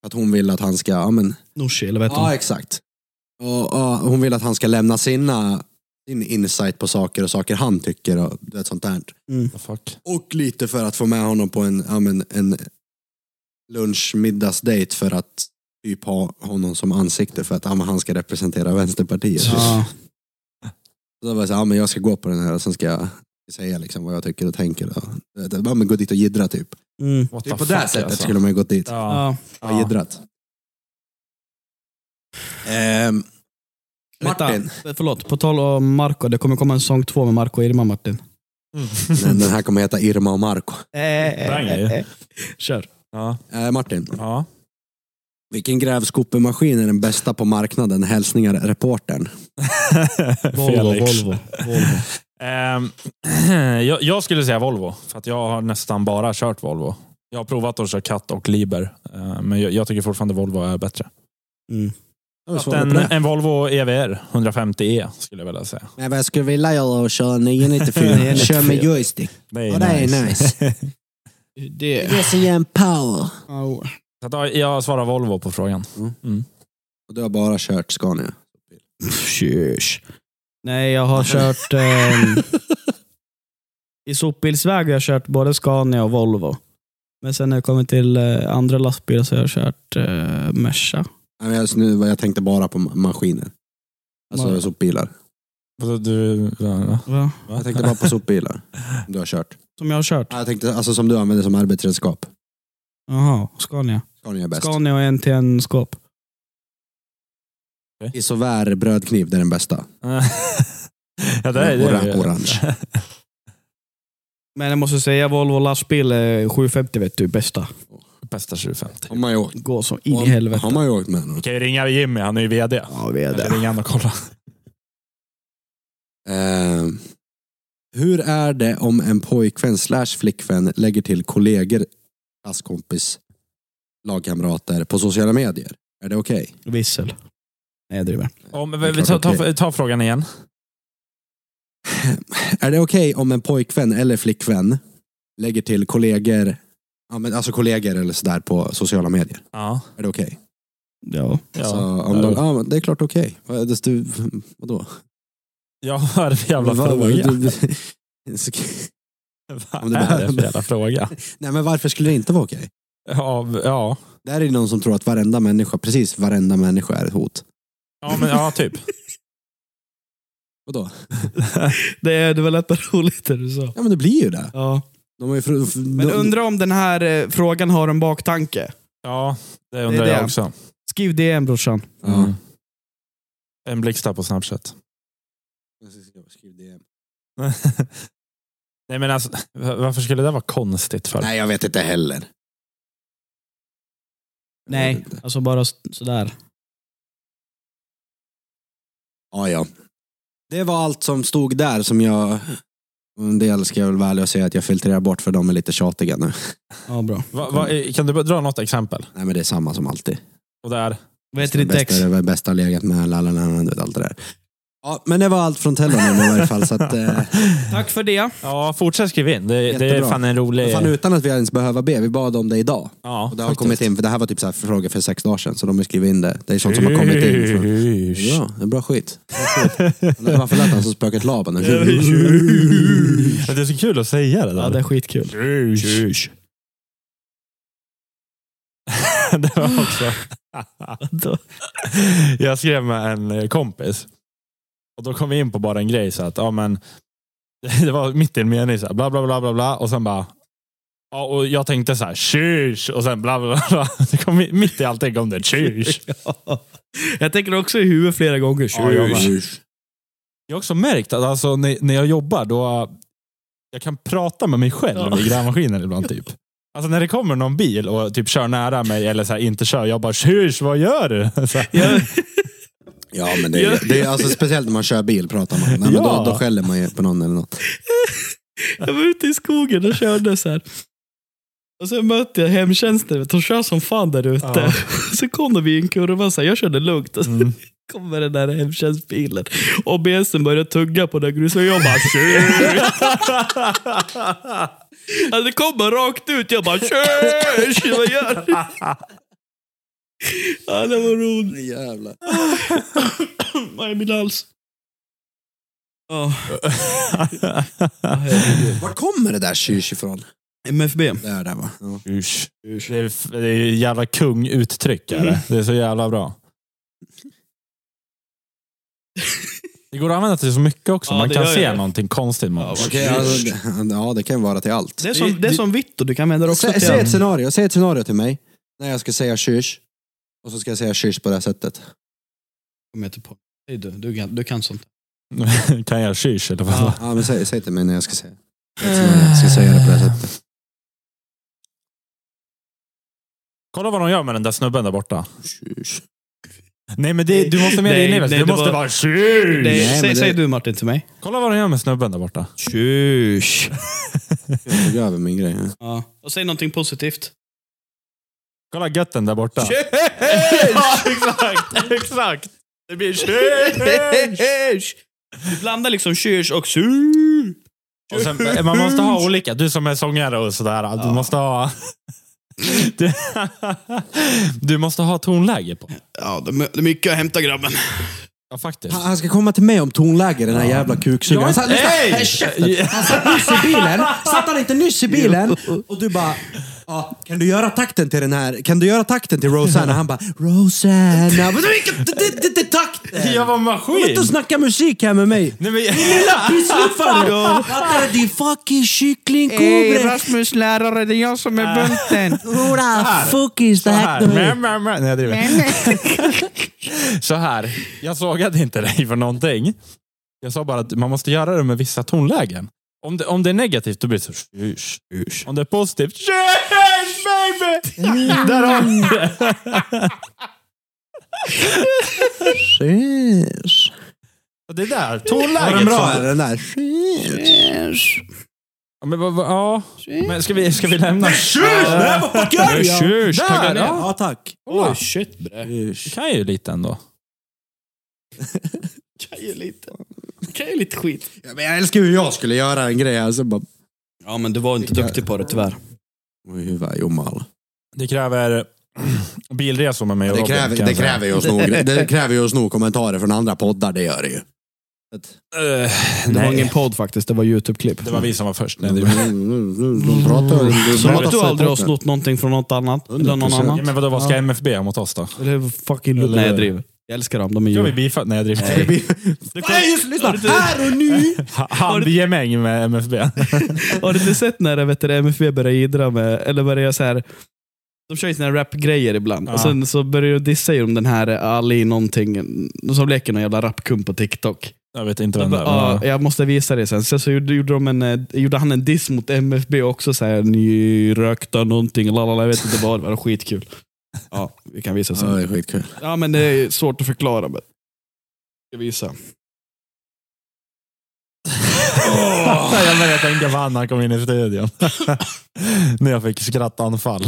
Att hon vill att han ska, ja men
Nooshi, eller vad heter
Ah, Ja,
hon?
exakt. Och, och hon vill att han ska lämna sina, sin insight på saker och saker han tycker och du vet, sånt där.
Fuck.
Och lite för att få med honom på en, ja, men, en lunch-middagsdejt för att typ ha honom som ansikte för att ja, men han ska representera Vänsterpartiet.
Ja.
Så då var jag så här, ja, men jag ska gå på den här och sen ska jag säga liksom vad jag tycker och tänker. Och, du vet, ja, men gå dit och jiddra typ.
Mm.
What
typ
the
på det
fuck,
sättet
alltså.
skulle man ju gått dit.
Ja.
Ja.
och jiddrat. Ehm, Martin.
Vänta, eh, förlåt, på tal om Marco. Det kommer komma en sång två med Marco och Irma, Martin.
Men den här kommer heta Irma och Marco.
Bang, eh, eh.
Kör.
Ja.
Eh, Martin,
Ja.
vilken grävskopemaskin är den bästa på marknaden? Hälsningar reportern.
Volvo, Volvo. Volvo.
Ehm, jag, jag skulle säga Volvo, för att jag har nästan bara kört Volvo. Jag har provat att köra Cat och Liber, eh, men jag, jag tycker fortfarande Volvo är bättre.
Mm.
Så att en, en Volvo E EVR 150E skulle jag vilja säga.
Men vad jag skulle vilja göra är att köra 994.
Kör med
joystick.
Det
Ja, det är nice.
Det...
som ger en power.
Så att ja, jag svarar Volvo på frågan.
Och du har bara kört Scania.
Tjus. Nej, jag har kört... ehm, I sopbilsväg har jag kört både Scania och Volvo. Men sen när jag kommer till eh, andra lastbilar så har jag kört eh, Merca.
Nej, men Jag, nu, jag tänkte bara på ma- maskiner. Alltså
Ma-
sopbilar.
Vadå, Du, ja,
Va?
Jag tänkte bara på sopbilar. Du har kört.
Som jag har kört.
Nej, Jag tänkte, alltså som du använder som arbetsredskap.
Jaha, Scania.
Scania är bäst.
Scania och NTN-skåp.
Isovär brödkniv, det är den bästa.
ja, det är, det är,
Oran- orange.
Men jag måste säga Volvo lastbil eh, 750 vet du, bästa.
Bästa 750.
Har man ju åkt,
Går som in i helvete.
har man ju åkt med någon.
Vi kan ju ringa Jimmy, han är ju VD.
Ja, vi är
Eller
det.
ringa han och kolla.
Eh, Hur är det om en pojkvän slash flickvän lägger till kollegor, klasskompis, lagkamrater på sociala medier? Är det okej?
Vissel. Nej, jag driver.
Om,
är klart
ta, ta,
okej.
ta frågan igen.
Är det okej om en pojkvän eller flickvän lägger till kollegor, ja, men alltså kollegor eller sådär på sociala medier?
Ja.
Är det okej?
Ja.
Ja,
Alltså, om de, ja, men det är klart okej. Vad- det stu- Vadå?
ja vad är det för jävla
Vad-
fråga?
du- du- så- om
Vad
du
är
bara-
det för jävla fråga?
Nej men varför skulle det inte vara okej?
Ja, ja.
Där är det någon som tror att varenda människa, precis varenda människa är ett hot.
ja, men, ja typ.
Vadå?
Det, det var lätt roligt det du sa.
Ja men det blir ju det.
Ja.
De är ju fru- f-
Men
de-
undrar om den här eh, frågan har en baktanke.
Ja, det undrar
det.
jag också.
Skriv DM brorsan.
Ja.
Mm. En blixtsnabbt på Snapchat.
Skriv det.
Nej men alltså, va- varför skulle det vara konstigt för?
Nej jag vet inte heller. Jag
Nej,
vet inte.
alltså bara s- sådär.
Ja ja. Det var allt som stod där som jag... En del ska jag väl vara ärlig och säga att jag filtrerar bort för de är lite tjatiga nu.
Ja, bra.
Va, va, kan du bara dra något exempel?
Nej men det är samma som alltid.
Och där,
Vad heter ditt
bästa,
ex?
Det var bästa legat med, lalalala, du vet allt det där. Ja, men det var allt från Tellanen i varje fall. Så att, eh,
Tack för det.
ja, fortsätt skriva in. Det, det är
Jättebra.
fan en rolig...
fan, utan att vi ens behöver be, vi bad om det idag.
ja,
Och det har
faktiskt.
kommit in, för det här var typ så här frågor för sex dagar sedan, så de har skrivit in det. Det är sånt som har kommit in. Från,
Usch.
ja, det är bra skit. Bra skit. Men Varför lät han så spöket Laban?
Men Det är så kul att säga det där.
Ja, det är skitkul.
Usch. det var också... jag skrev med en eh, kompis. Och då kom vi in på bara en grej. Så att, ja, men, det var mitt i en mening. Så här, bla, bla, bla, bla, bla. Och sen bara... Ja, och jag tänkte så här, tjus! Och sen bla, bla, bla, bla. Det kom mi- mitt i allting kom det tjus.
Jag tänker också i huvudet flera gånger.
Ja, jag med. Jag har också märkt att alltså, när, när jag jobbar då jag kan prata med mig själv
Ja.
i grävmaskinen ibland. typ. Alltså när det kommer någon bil och typ kör nära mig eller så här, inte kör. Jag bara tjus, vad gör du? Så här,
Jag-
Ja, men det är, det är alltså speciellt när man kör bil pratar man. Nej, men
Ja.
då, då skäller man ju på någon eller något.
Jag var ute i skogen och körde så här. Och sen mötte jag hemtjänsten. vet du, De kör som fan där ute.
Ja.
Så kom de i en kurva. Så här, jag körde lugnt. Och så
Mm.
kommer den där hemtjänstbilen. Och BSen börjar tugga på den grusen. Och jag bara "Tjur!" alltså, Det kommer rakt ut. Jag bara tjur! Vad gör du? Ja, det var roligt.
Jävlar.
Vad är min hals? Ja,
Var kommer det där tjysch ifrån?
MFB.
Det är det va? Ja.
Tjus. Det är, f- det är jävla kunguttryck. Är
Mm.
det. det är så jävla bra. Det går att använda till så mycket också.
Ja,
Man
det
kan
gör
se
jag.
någonting konstigt. Man.
Ja,
Okej, alltså, det- ja, det kan vara till allt.
Det är som, det är som Vitto. Du kan använda det också
Sä,
till
säg,
allt.
ett scenario, säg ett scenario till mig. När jag ska säga kysch. Och så ska jag säga kysch på det här sättet.
kommer jag inte på. Säg du, du kan, du kan sånt.
kan jag tjus eller vad?
Ja.
Ja, men säg, säg till mig när jag ska säga. Säg ett scenario, Jag ska säga det på det här sättet.
Kolla vad de gör med den där snubben där borta.
Kysch.
Nej men det, du måste med dig
Nej,
in i det.
nej,
Du
det
måste
var-
vara tjus!
Nej,
Nej, men
säg,
det-
säg du Martin till mig.
Kolla vad de gör med snubben där borta.
Tjus.
Jag tog över min grej. här.
Ja. Och säg någonting positivt.
Kolla götten där borta.
Tjus!
Ja, exakt, exakt. Det blir tjus!
Du blandar liksom tjus och sur.
Och sen, eh, man måste ha olika. Du som är sångare och sådär. Du måste ha... Du, du måste ha tonläge på.
Ja, det är mycket att hämta grabben.
Ja, faktiskt.
Han, han ska komma till mig om tonläge, den här jävla kuksugaren. Han satt- lyssna, här, käften. Han satt nyss i bilen. Satt han inte nyss i bilen? Och du bara... Ja, kan du göra takten till den här? Kan du göra takten till Rosanna? Han bara Rosanna. Men vilken det- det- det- det- takten?
Jag var
Kom inte
maskin!
och snacka musik här med mig.
Nej, men,
Pissluffare! Fattar du? Din fucking kycklingkobra!
Eh, Rasmus Ah. lärare, det är jag som är bunten.
Hurra! Fuckis! Det
så
här
här.
knullar.
Mä, mä, mä. Nej, jag driver. Så här, jag sågade inte dig för någonting. Jag sa bara att man måste göra det med vissa tonlägen. Om det, om det är negativt, då blir det så tjus, tjus. Om det är positivt, tjus baby! Där har vi det.
Tjus.
Det där,
Var den
tonläget.
bra
sa-
eller? Den där?
Ja, men, vad- vad- ja. men ska vi, ska vi lämna?
fucking
Ja, tjus, tagga ner.
Ja, tack.
Oj, shit bre.
Du kan ju lite ändå.
Kan ju lite. Kan ju lite skit.
Ja, men jag älskar hur jag skulle göra en grej. Alltså bara...
Ja, men du var inte duktig på det tyvärr.
Oj, hur var jag mal.
Det kräver bilresor med mig och
Det
Robin,
kräver,
kan
det
jag säga.
kräver ju att sno, det kräver ju att sno kommentarer från andra poddar, det gör det ju.
Eh,
Det var
nej.
ingen podd faktiskt, det var Youtube-klipp.
Det var vi som var först. Nej,
De
det var...
pratar mm, de
Som
pratar
att du
för
aldrig
podden.
har snott någonting från något annat. Eller någon
100%.
annan.
Ja, men vadå, vad ska MFB göra mot oss då?
Eller fucking
Eller-
Nej, jag driver. Jag älskar dem, de är
Gör vi
ju...
bifall? Nej, jag driver.
Det
Nej.
blir- Nej, just lyssna! Här och nu!
Ha- Handgemäng med MFB.
Har du inte sett när vet du, MFB börjar jiddra med, eller börjar så här... De kör ju sina rap-grejer ibland.
Ja.
Och sen så börjar de dissa ju om den här Ali någonting, som leker någon jävla rapkump på TikTok.
Jag vet inte
Jag,
vem det är.
bara,
men-
"Ja, jag måste visa det sen. Sen så gjorde, gjorde, de en, eh, gjorde han en diss mot MFB också. Så här, Ni rökta någonting, lalala, jag vet inte vad. Det var skitkul. Ja, vi kan visa
Ja,
sen.
det är skitkul.
Ja, men det är svårt att förklara. Men... Jag ska visa.
Jag började tänka på han när han kom in i studion. när jag fick skrattanfall.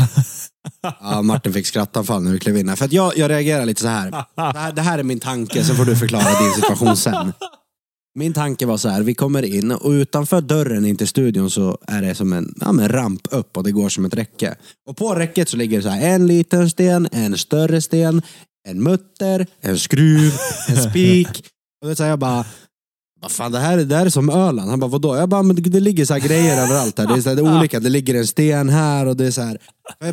Ja, Martin fick skrattanfall när vi klev in här. För att jag, jag reagerar lite så här. Det, här. det här är min tanke, sen får du förklara din situation sen. Min tanke var så här, vi kommer in och utanför dörren in till studion så är det som en ja, men ramp upp och det går som ett räcke. Och på räcket så ligger det så här, en liten sten, en större sten, en mutter, en skruv, en spik. Och det är så här, jag bara, vad fan det här, det här är som Öland. Han bara, vadå? Jag bara, men det- det ligger så här grejer överallt här. Det är, så här, det är olika, det ligger en sten här och det är så här.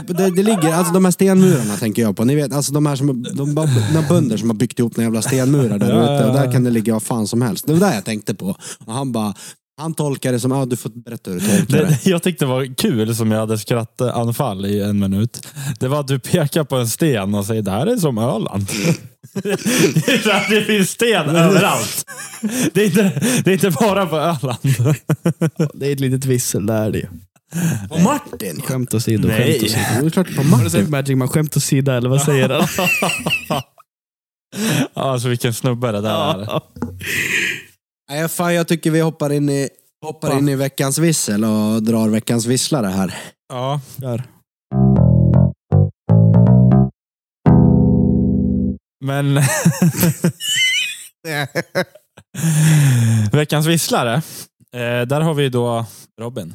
Det, det ligger, alltså de här stenmurarna tänker jag på. Ni vet, alltså de här som, de, bara- de här bönder som har byggt ihop några jävla stenmurar där ute. Och där kan det ligga vad fan som helst. Det var det jag tänkte på. Och han bara, han tolkar det som, ja du får berätta hur du tolkar det.
Det, jag tyckte det var kul som jag hade skrattanfall i en minut. Det var att du pekar på en sten och säger det här är som Öland. det, är så här, det finns sten överallt. Det är, inte, det är inte bara på Öland.
Det är ett litet vissel, det är det ju.
På Martin!
Skämt åsido,
Nej.
skämt åsido.
Det är klart på
Har du
Martin.
sett Magic Man? Skämt åsido, eller vad säger han?
Alltså vilken snubbe det där är.
Ja.
Nej, fan, jag tycker vi hoppar in i, hoppar
Hoppa.
in i veckans vissel och drar veckans visslare här.
Ja.
Där.
Men veckans visslare. Eh, där har vi då Robin.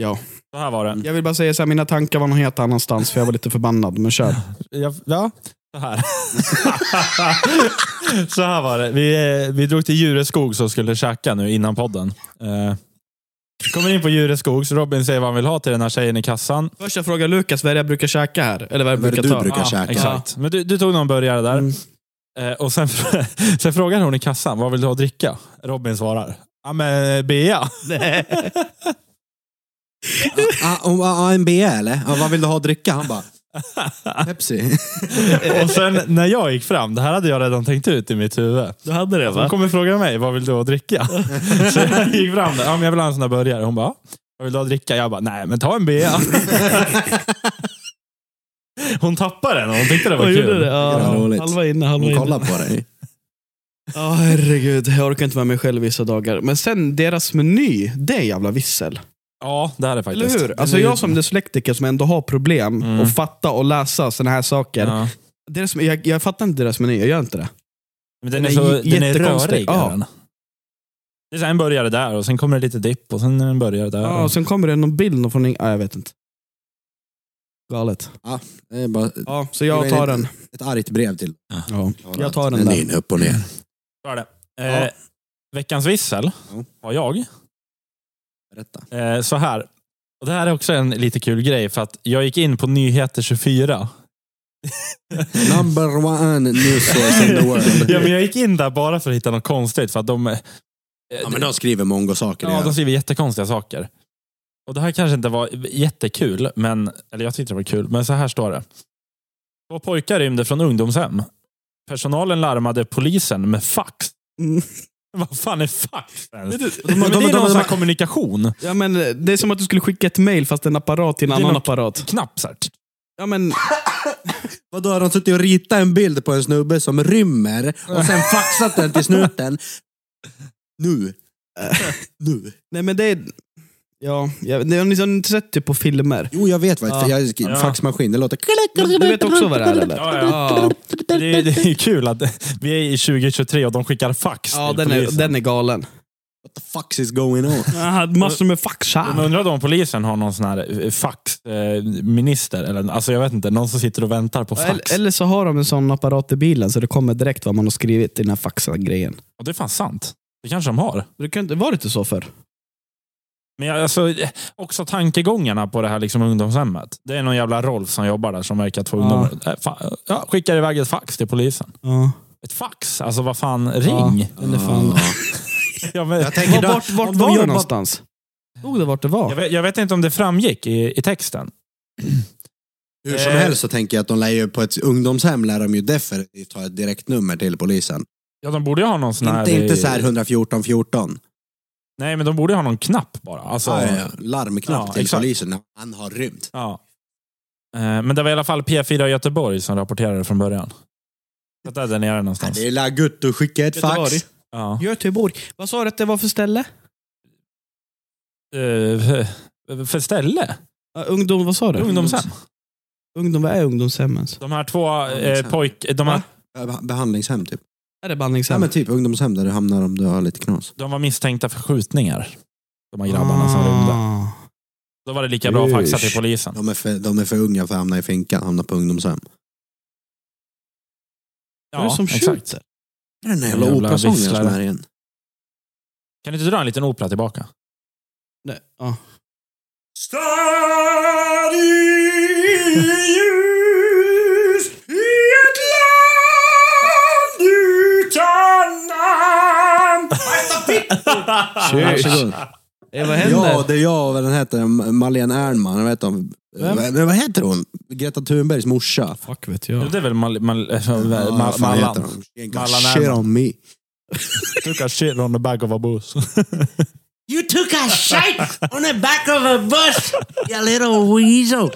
Ja.
Så här var det.
Jag vill bara säga så här, mina tankar var någon helt annanstans för jag var lite förbannad, men kör.
Ja, ja så här. så här var det. Vi, eh, vi drog till Djureskog och skulle käka nu innan podden. Eh, vi kommer in på Djureskog, så Robin säger vad han vill ha till den här tjejen i kassan.
Först jag frågar Lukas vad är det jag brukar käka här? Eller vad jag
Vad är det du
brukar ta?
brukar
Ja.
käka?
Exakt. Men du, du tog någon burgare där.
Mm.
Eh, och sen, sen frågar hon i kassan, vad vill du ha att dricka? Robin svarar, ja men eh, bea.
Ah, om- ah, ah, en B eller? Ah, vad vill du ha att dricka? Han bara, Pepsi.
och sen när jag gick fram, det här hade jag redan tänkt ut i mitt huvud.
Du hade det
Hon kommer fråga mig, vad vill du ha att dricka? Så jag gick fram där, ja, men jag vill ha en sån där burgare. Hon bara, "Ja, vad vill du ha att dricka? Jag bara, nej men ta en bea. Hon tappade den och hon tyckte det var
Hon
kul.
gjorde det?
Det var
Ja.
roligt.
Halva inne, halva
Hon
inne.
kollar på dig.
Ja, herregud. Jag orkar inte vara mig själv vissa dagar. Men sen deras meny, det är jävla vissel.
Ja, det här är faktiskt.
Eller hur? Alltså jag som dyslektiker som ändå har problem
Mm.
att fatta och läsa sådana här saker.
Ja.
Deras, jag, jag fattar inte deras meny, jag gör inte det.
Men den,
Den
är,
är
så,
j-
den är
jättekonstig.
rörig.
Ja.
är den. Det är så här en burgare där och sen kommer det lite dipp och sen en burgare där.
Ja,
och...
och sen kommer det någon bild från... Ja, jag vet inte. Galet.
Det är bara
Ja, så jag tar den.
ett argt brev till.
Ja. Jag tar den
Den
där.
är in, upp och ner.
Så är det.
Ja.
Eh, veckans vissel
Ja.
har jag.
Berätta.
Eh, så här. Och det här är också en lite kul grej för att jag gick in på Nyheter 24.
Number one news source in the world.
ja, men jag gick in där bara för att hitta något konstigt. För att de, eh,
Ja, men de skriver mongo saker.
ja, de skriver jättekonstiga saker. Och Det här kanske inte var jättekul, men, eller jag tyckte det var kul, men så här står det. Två pojkar rymde från ungdomshem. Personalen larmade polisen med fax.
Mm.
Vad fan är fax? ens?
du-
Men
de-
det
de-
är
de-
någon sån här
de-
kommunikation.
Ja, men eh, det är som att du skulle skicka ett mail fast en apparat till en
Det är
annan
något-
apparat.
Knapp så här.
Ja, men,
Vadå, har de suttit och ritat en bild på en snubbe som rymmer och sen faxat den till snuten? Nu! nu!
Nej men det är... Ja, jag, det har ni har ni inte sett typ på filmer?
Jo, jag vet vad
Ja.
jag,
Ja.
faxmaskin, det låter...
Du vet också vad det är eller?
Ja, ja. Det är, det är kul att vi är i 2023 och de skickar fax
Ja,
till
den är,
polisen.
den är galen.
What the fuck is going on?
Jag hade massor med fax
Men
här.
undrar då om polisen har någon sån här eh, faxminister, eller alltså jag vet inte, någon som sitter och väntar på fax.
Eller, eller så har de en sån apparat i bilen så det kommer direkt vad man har skrivit i den här faxgrejen.
Och det är fan sant. Det kanske de har.
Det kan inte, var det inte så för?
Men jag, alltså, eh, också tankegångarna på det här liksom ungdomshemmet. Det är någon jävla Rolf som jobbar där som verkar två
Ja.
ungdomar. Eh, fan, ja, skickar iväg ett fax till polisen.
Ja.
Ett fax? Alltså vad fan, ring!
Ja, eller fan.
Ah.
Ja, men,
Jag tänker
Var,
då-
vart vart
om de
var
gör något-
det någonstans? Stod det vart det
jag,
var?
vet, jag vet inte om det framgick i, i texten.
Hur som
Eh.
helst så tänker jag att de lär ju på ett ungdomshem lär de ju definitivt ha ett direktnummer till polisen.
Ja, de borde ju ha någon sån här...
Inte, inte
eh,
så här 114 14.
Nej, men de borde ju ha någon knapp bara. Alltså,
Ah, ja, ja. Larmknapp
Ja,
till
exakt.
polisen. Han har rymt.
Ja. Eh, Men det var i alla fall P4 Göteborg som rapporterade från början. Så att det är där nere
Ja,
någonstans.
det är la gutt att skicka ett fax.
Göteborg.
Ja.
Göteborg. typ Vad sa du att det var för ställe?
Eh, För ställe?
Ja, ungdom, vad sa du?
Ungdomshem?
Ungdom, vad är ungdomshem ens?
De här två eh,
Ungdomshem.
pojk... De, här,
Va?
Be- Behandlingshem typ.
Är det
Ja,
bandningshem?
men typ ungdomshem där du hamnar om du har lite knas.
de var misstänkta för skjutningar. De här grabbarna som rymde.
Ah.
Då var det lika bra att faxa till
Usch.
polisen.
De är, för, de är för unga för att hamna i finkan, hamna på ungdomshem.
Är det som skjuter?
Det är den där
jävla
jävla operasången som
visslare.
är igen.
Kan du inte dra en liten opera tillbaka?
Nej. Ja.
Stad i ljus i ett land utan namn. Varsågod.
Eh, Ah. vad händer?
Ja, det är jag. Vad den heter? Malena Ernman. Jag vet om,
Vem?
vad, vad heter hon? Greta Thunbergs morsa.
Fuck vet
Ja,
jag.
Det är väl mal, mal, eh,
Ja,
mal,
vad fan heter
Mallan?
hon? She ain't got
Mallan
Shit
Ernman.
on me.
Took a shit on the back of a bus.
You took a shite on the back of a bus, you little weasel.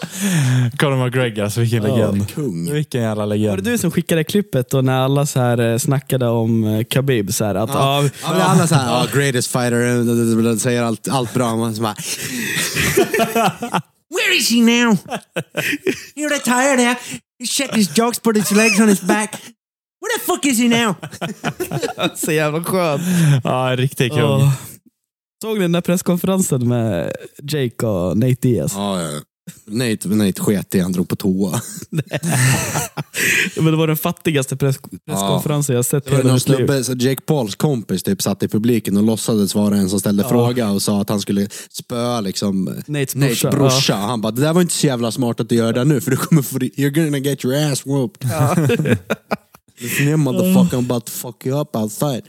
Conor McGregor, alltså vilken legend.
Kung.
Vilken jävla
Var
legend.
det du som skickade klippet då när alla så här eh, snackade om eh, Khabib? Så här, att,
Ja,
ah,
men alla såhär, ja, greatest fighter, eh, säger allt, allt bra. Man så bara,
Where is he now? You're retired now. He checked his jokes, put his legs on his back. Where the fuck is he now?
så jävla skönt.
Ja, en riktig kung.
Åh. Såg ni den där presskonferensen med Jake och Nate Diaz?
ja, ja. Nate, Nate sket i, han drog på toa.
Men det var den fattigaste press, presskonferensen jag sett i
Det var
hela
någon
mitt liv.
snubbe, så Jake Pauls kompis typ satt i publiken och låtsades vara en som ställde
Ja.
fråga och sa att han skulle spöa liksom
Nates
Nates
brorsa.
brorsa. Och Han bara, det där var inte så jävla smart att du gör det nu för du kommer få, you're gonna get your ass whooped. Listen here motherfucker, I'm about to fuck you up outside.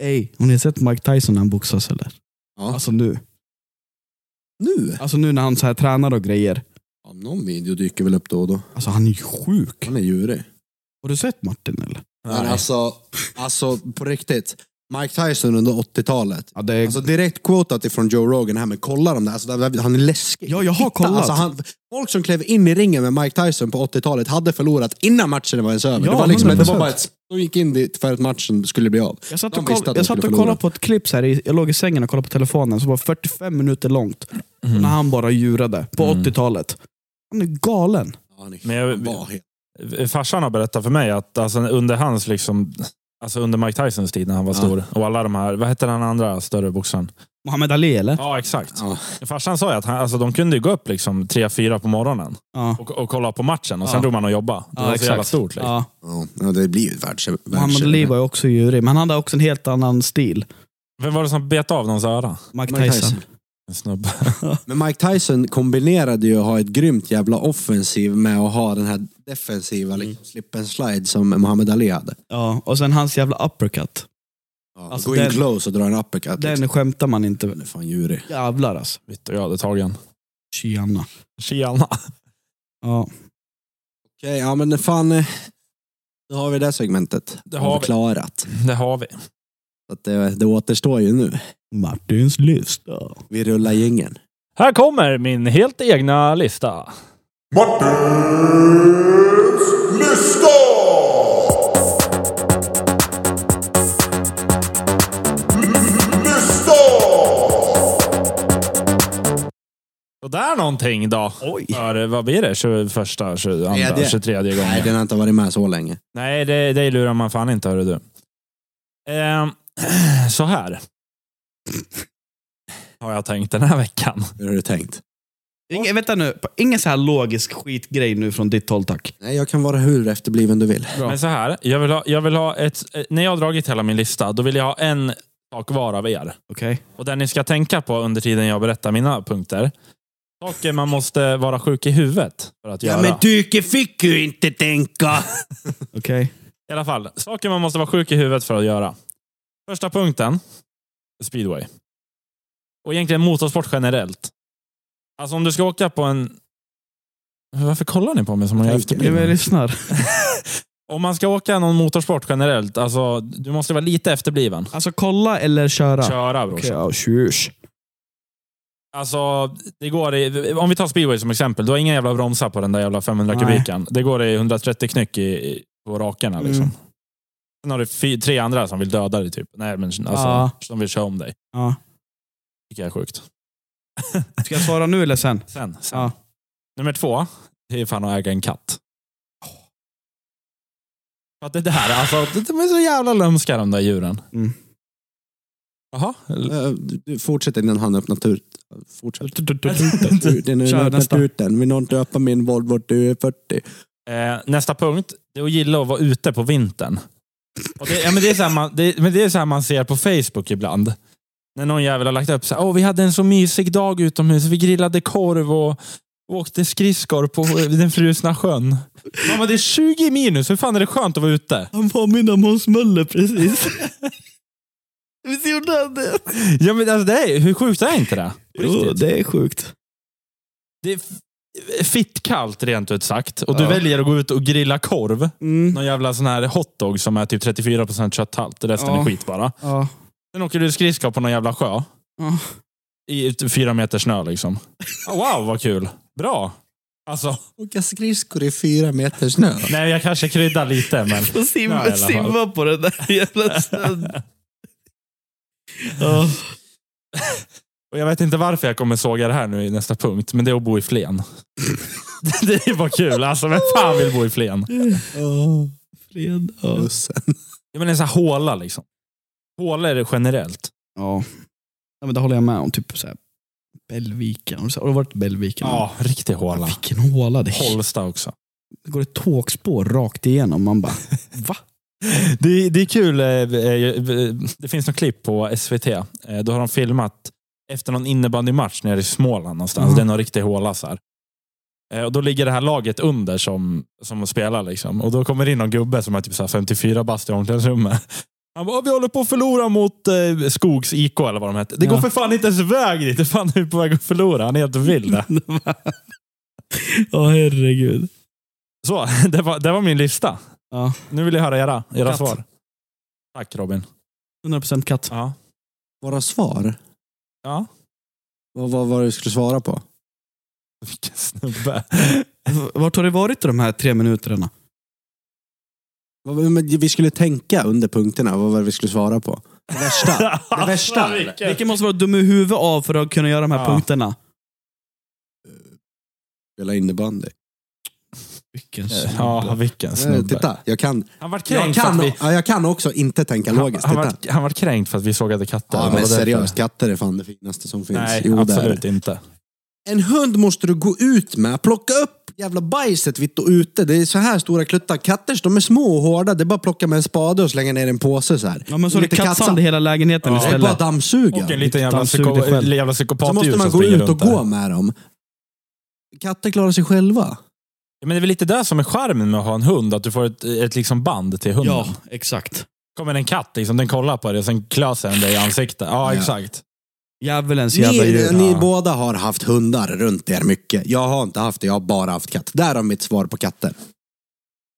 Ja. Ey, har ni sett Mike Tyson när han boxas eller?
Ja.
Alltså nu.
Nu?
Alltså nu när han så här tränar och grejer.
Ja, någon video dyker väl upp då och då.
Alltså han är ju sjuk.
Han är djurig.
Har du sett Martin eller?
Men alltså, alltså på riktigt. Mike Tyson under 80-talet.
Ja, det är...
Alltså direkt quotat ifrån Joe Rogan här, men kolla dem där. Alltså, där- han är läskig.
Ja, jag har
Titta,
kollat.
Alltså, han, folk som klev in i ringen med Mike Tyson på 80-talet hade förlorat innan matchen var ens över.
Ja,
det var liksom, det
100%.
var bara ett, de gick in dit för att matchen skulle bli av.
Jag satt
De
och,
visste
koll,
att de
jag
skulle
satt och
förlora.
kollade på ett klipp, så här, i- jag låg i sängen och kollade på telefonen, som var 45 minuter långt. När han bara djurade, på
Mm.
80-talet. Han är galen.
Ja, ni-
Men jag-
var helt-
Farsan har berättat för mig att alltså, under hans liksom, alltså under Mike Tysons tid när han var
Ja.
stor och alla de här, vad hette den andra större boxaren?
Muhammad Ali eller?
Ja, exakt.
Ja.
Farsan sa ju att han, alltså, de kunde ju gå upp liksom 3-4 på morgonen
Ja.
och, och kolla på matchen och sen
Ja.
drog man och jobba. Det
Ja,
var så
exakt.
jävla stort. Liksom.
Ja.
Ja, ja, det blir ju ett världs...
Muhammad Ali var ju också djurig, men han hade också en helt annan stil.
Vem var det som bet av någons öra?
Mike
Mike
Tyson.
Tyson.
En snubbe.
Men Mike Tyson kombinerade ju att ha ett grymt jävla offensiv med att ha den här defensiva
Mm.
liksom, slip and slide som Muhammad Ali hade.
Ja. Och sen hans jävla uppercut.
Ja,
Alltså,
Gå in
den-
close och dra en uppercut. liksom.
Den skämtar man inte
Han
med.
är fan djurig.
Jävlar alltså.
Vitt och jag hade tagit en.
Tjena.
Tjena.
Ja.
Okej, ja men fan. eh, Då har vi det segmentet.
Det har vi.
klarat.
Det har vi.
Så att eh, det, det återstår ju nu.
Martins lista.
Vi rullar gängen.
Här kommer min helt egna lista.
Martins lista!
Sådär någonting då.
Oj.
För, vad blir det? 21, 22,
Tredje.
23 gången?
Nej, den har inte varit med så länge.
Nej, det, det lurar man fan inte, hörru du. Ehm, så här. Har jag tänkt den här veckan.
Hur har du tänkt?
Inge, vänta nu, ingen så här logisk skitgrej nu från ditt håll tack.
Nej, jag kan vara hur efterbliven du vill.
Ja.
Men så här. Jag vill ha, jag vill ha ett, eh, när jag har dragit hela min lista, då vill jag ha en sak var av er.
Okej.
Och det ni ska tänka på under tiden jag berättar mina punkter. Saker man måste vara sjuk i huvudet för att göra.
Dyke fick ju inte tänka.
Okej.
I alla fall, saker man måste vara sjuk i huvudet för att göra. Första punkten, speedway. Och egentligen motorsport generellt. Alltså om du ska åka på en... Varför kollar ni på mig som om jag är
Tänker.
Okay.
efterbliven?
Jag lyssnar.
Om man ska åka någon motorsport generellt, alltså du måste vara lite efterbliven.
Alltså kolla eller köra?
Köra brorsan.
Okej, ja, tjus.
Alltså, det går i, om vi tar speedway som exempel. Du har inga jävla bromsar på den där jävla 500
Nej.
kubiken. Det går i 130 knyck i, i, på rakarna. Liksom.
Mm.
Sen har du fy, tre andra som vill döda dig. Typ. Nej, men, alltså,
Ja.
Som vill köra om dig.
Ja.
tycker jag är sjukt.
Ska jag svara nu eller sen?
Sen, sen.
Ja.
Nummer två, det är fan att äga en katt. För att det där, alltså, de är så jävla lömska de där djuren.
Mm.
Jaha,
Eh, du- du Fortsätt innan han öppnar tut. Fortsätt. Den
Kör
är
nästa.
öppnat ut den. Vill någon döpa min Volvo du är 40?
Eh, nästa punkt, det är att gilla att vara ute på vintern. Och det, ja, men det, är så här man, det, men det är så här man ser på Facebook ibland. När någon jävel har lagt upp så här, Åh, vi hade en så mysig dag utomhus. Vi grillade korv och åkte skridskor på den frusna sjön. Mamma, det är 20 minus. Hur fan är det skönt att vara ute?
Han påminner om Hans Möller precis. Visst gjorde han det?
Ja, men alltså, det är, hur sjukt är inte det? På
Jo,
riktigt.
det är sjukt.
Det är f- fitt kallt rent ut sagt. Och du
Ja.
väljer att gå ut och grilla korv.
Mm.
Någon jävla sån här hotdog som är typ 34% kötthalt. Resten
Ja.
är skit bara.
Ja.
Sen åker du skridskor på någon jävla sjö.
Ja.
I t- fyra meter snö liksom. Ah, Wow, vad kul. Bra. Alltså,
Åka skridskor i fyra meter snö.
nej jag kanske kryddar lite, men
Och
Ja, i alla
simma,
fall.
simma på den där jävla snön. Ja.
och jag vet inte varför jag kommer såga det här nu i nästa punkt, men det är att bo i Flen. det är bara kul. Alltså, vem fan vill bo i Flen?
Åh,
Fred. Ja.
bussen.
Jag menar, en sån här håla liksom. Håla är det generellt.
Ja. ja men det håller jag med om. Typ så här, Bellviken. Har du- Har du varit i Bellviken?
Ja, riktig håla.
Vilken håla. Det, är-
Holsta också.
det går ett tågspår rakt igenom. Man bara, va?
Det, det är kul. eh, eh, Det finns något klipp på SVT. Eh, Då har de filmat efter någon innebandymatch nere i Småland någonstans.
Mm.
Det är någon riktig håla så här. Eh, Och då ligger det här laget under som, som spelar. Liksom. Och då kommer det in någon gubbe som är typ så här 54 bast i omklädningsrummet. Han bara, "Ah, vi håller på att förlora mot eh, Skogs IK eller vad de hette. Det går
Ja.
för fan inte ens väg dit. Det är fan vi på väg att förlora. Han är helt vild.
Åh herregud.
Så, det var, det var min lista.
Ja,
Nu vill jag höra era, era
Katt.
svar. Tack Robin.
100% katt.
Ja.
Våra svar?
Ja.
Vad vad var det du skulle svara på?
Vilken snubbe.
V- Vart har det varit de här tre minuterna?
Vad- men Vi skulle tänka under punkterna. Vad var det vi skulle svara på? Det värsta. Det värsta.
Vilken måste vara dum i huvudet av för att kunna göra de här
Ja.
punkterna?
Spela innebandy.
Vilken
Ja, vilken
Eh,
snubbe.
titta, jag kan.
Han vart
Jag
kränkt för
kan,
att vi...
ja, jag kan också inte tänka
Han,
logiskt.
han,
Titta.
vart, han vart kränkt för att vi sågade
Ja,
katter. Det var
men
därför.
seriöst. Katter är fan det finaste som finns.
Nej,
Jo, det är det.
absolut inte.
En hund måste du gå ut med. Plocka upp jävla bajset vitt och ute. Det är så här stora kluttar. Katters, de är små och hårda. Det är bara att plocka med en spade och slänga ner i en påse så här.
Ja, men så har du
Lite
kattsand
kattsand.
i hela lägenheten
Ja.
Det är
istället.
bara att dammsuga.
Och en liten jävla,
dammsug dig
psyko,
själv.
jävla
Så
psykopatdjur
måste
som
man gå
springer
ut och
runt
gå
där.
med dem. Katter klarar sig själva.
Ja, Men det är väl lite det som är charmen med att ha en hund, att du får ett, ett liksom band till hunden.
Ja, exakt.
Kommer en katt, liksom, den kollar på dig och sen klöser den dig i ansiktet. Ja,
Ja.
exakt.
Djävulens jävla
Ni,
djur.
ni
ja.
båda har haft hundar runt er mycket. Jag har inte haft det, jag har bara haft katt. Där har mitt svar på katter.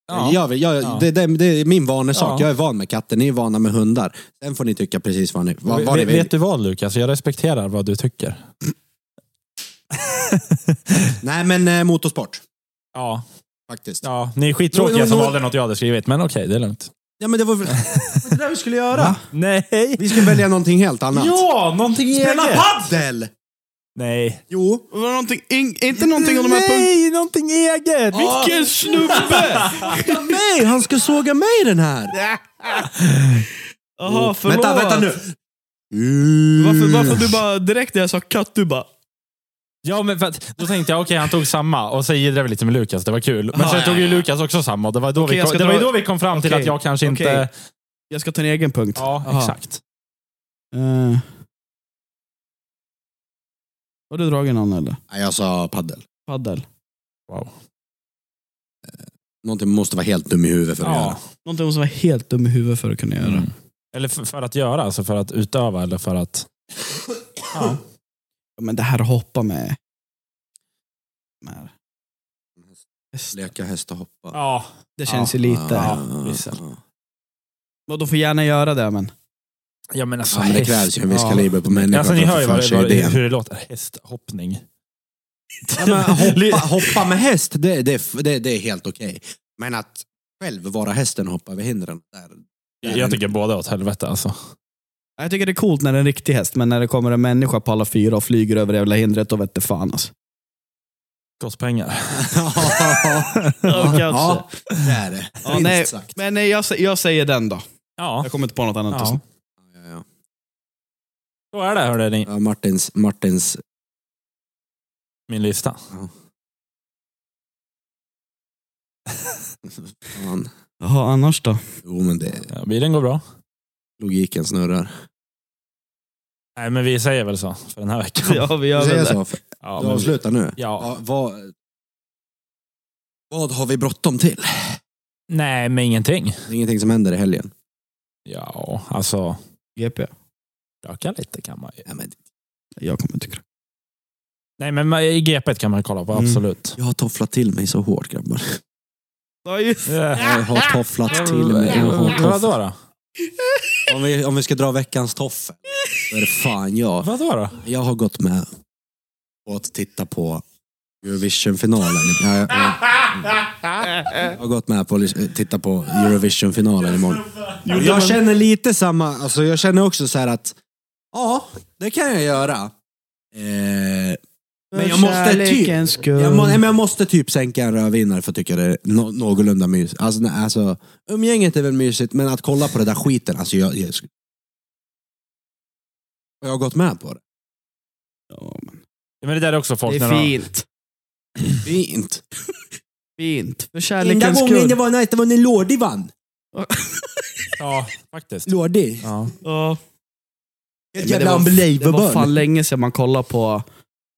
Ja.
Jag, vill- jag,
Ja.
det, det, det är min vanesak.
Ja.
Jag är van med katter, ni är vana med hundar. Sen får ni tycka precis vad ni, vad, vad ni
vet,
vill.
vet du vad Lukas? Jag respekterar vad du tycker.
Nej men eh, motorsport,
Ja,
faktiskt.
ja ni är skittråkiga
Jo, jo,
som
jo.
valde något jag hade skrivit, men okej, det är lugnt.
Ja men det var väl det var det där vi skulle göra.
Nej!
Vi ska välja någonting helt annat.
Ja, någonting
Spela
eget!
paddel!
Nej.
Jo.
Var det någonting, in, inte någonting om de här punkterna?
Nej, någonting eget!
Vilken snubbe!
Nej, han ska såga mig den här!
Jaha, förlåt.
Vänta, vänta nu. Mm.
Varför, varför du bara direkt när jag sa katt, du bara...
Ja, men för att, då tänkte jag, okej, han tog samma och så giddrade vi lite med Lukas. Det var kul. Men
Ja,
sen
ja,
tog
ja.
ju Lukas också samma och det var då,
Okej,
vi,
jag
kom,
ska
det var ju
dra-
då vi kom fram till
Okej,
att jag kanske
okej.
inte...
Jag ska ta en egen punkt.
Ja,
Jaha.
exakt.
Eh. Har du dragit någon eller?
Nej, Jag sa paddel.
Paddel.
Wow.
Någonting måste vara helt dum i huvudet för att
Ja.
göra.
Någonting som var helt dum i huvudet för att kunna göra.
Mm. Eller för, för att göra, alltså för att utöva eller för att... Ja.
Ja, Men det här att hoppa med... med hästar.
Leka häst och hoppa. Ah.
ja.
Det känns ju lite...
Ja. visst.
ja.
Men de får gärna göra det men.
Ja, men alltså,
Ja, men det
häst-
krävs ju en viss
ja.
kaliber på människan
Alltså,
för
ni
att
hör ju
få för
vad det,
sig
vad,
idén.
hur det låter. Hästhoppning.
Ja, men hoppa, hoppa med häst, det, det, det, det är helt okej. Men att själv vara hästen och hoppa över hindren. Där, där
Jag tycker båda åt helvete alltså.
Jag tycker det är coolt när det är en riktig häst, men när det kommer en människa på alla fyra och flyger över det jävla hindret, då vete fan alltså.
Kost pengar.
kanske.
ja, det är det.
Ja,
Minst
nej,
sagt.
Men nej, jag, sä- jag säger den då.
Ja,
Jag kommer inte på något annat.
Ja.
just nu.
Ja, ja, ja.
då är det hörde ni.
Ja, Martins, Martins
Min lista.
fan.
Jaha, annars då?
Jo, men det,
Ja, bilen går bra.
logiken snurrar.
Nej, men vi säger väl så för den här veckan.
Ja, vi gör
Vi
väl
säger
det.
så.
Ja,
Du
men-
avslutar nu?
Ja.
vad, vad har vi bråttom till?
Nej, men ingenting.
Det är ingenting som händer i helgen.
Ja, alltså.
GP.
Röka lite kan man ju.
Ja, men,
Jag kommer inte kröka.
Nej, men man- i GP kan man kolla på,
Mm.
absolut.
jag har tofflat till mig så hårt grabbar.
Ja, just
Jag har tofflat till mig. Jag har
Eh, Vadå
tofflat.
då?
Om, vi, om vi ska dra veckans toffel. Då är det fan jag.
Vadå då?
Jag har gått med på att titta på Eurovision-finalen. Jag, jag, jag har gått med på att lys- titta på Eurovision-finalen imorgon. Jag känner lite samma, alltså jag känner också så här att ja, det kan jag göra. Eh, men jag måste typ jag, må, nej, men jag måste typ sänka en rödvinnare för att tycka det är nå- någorlunda mysigt. Alltså, nej, alltså, umgänget är väl mysigt, men att kolla på den där skiten, alltså jag... jag sk- och jag har gått med på det.
Ja, men
Ja, men det där är också folk
det
när
är
de-
fint.
Fint.
Fint. För
Enda
kärlekens
gången det
skull.
var nice, det var när Lordi vann.
Ja, faktiskt.
Lordi.
Ja.
Ja.
Helt
Men det
jävla
var- Det var
unbelievable.
fan länge sedan man kollade på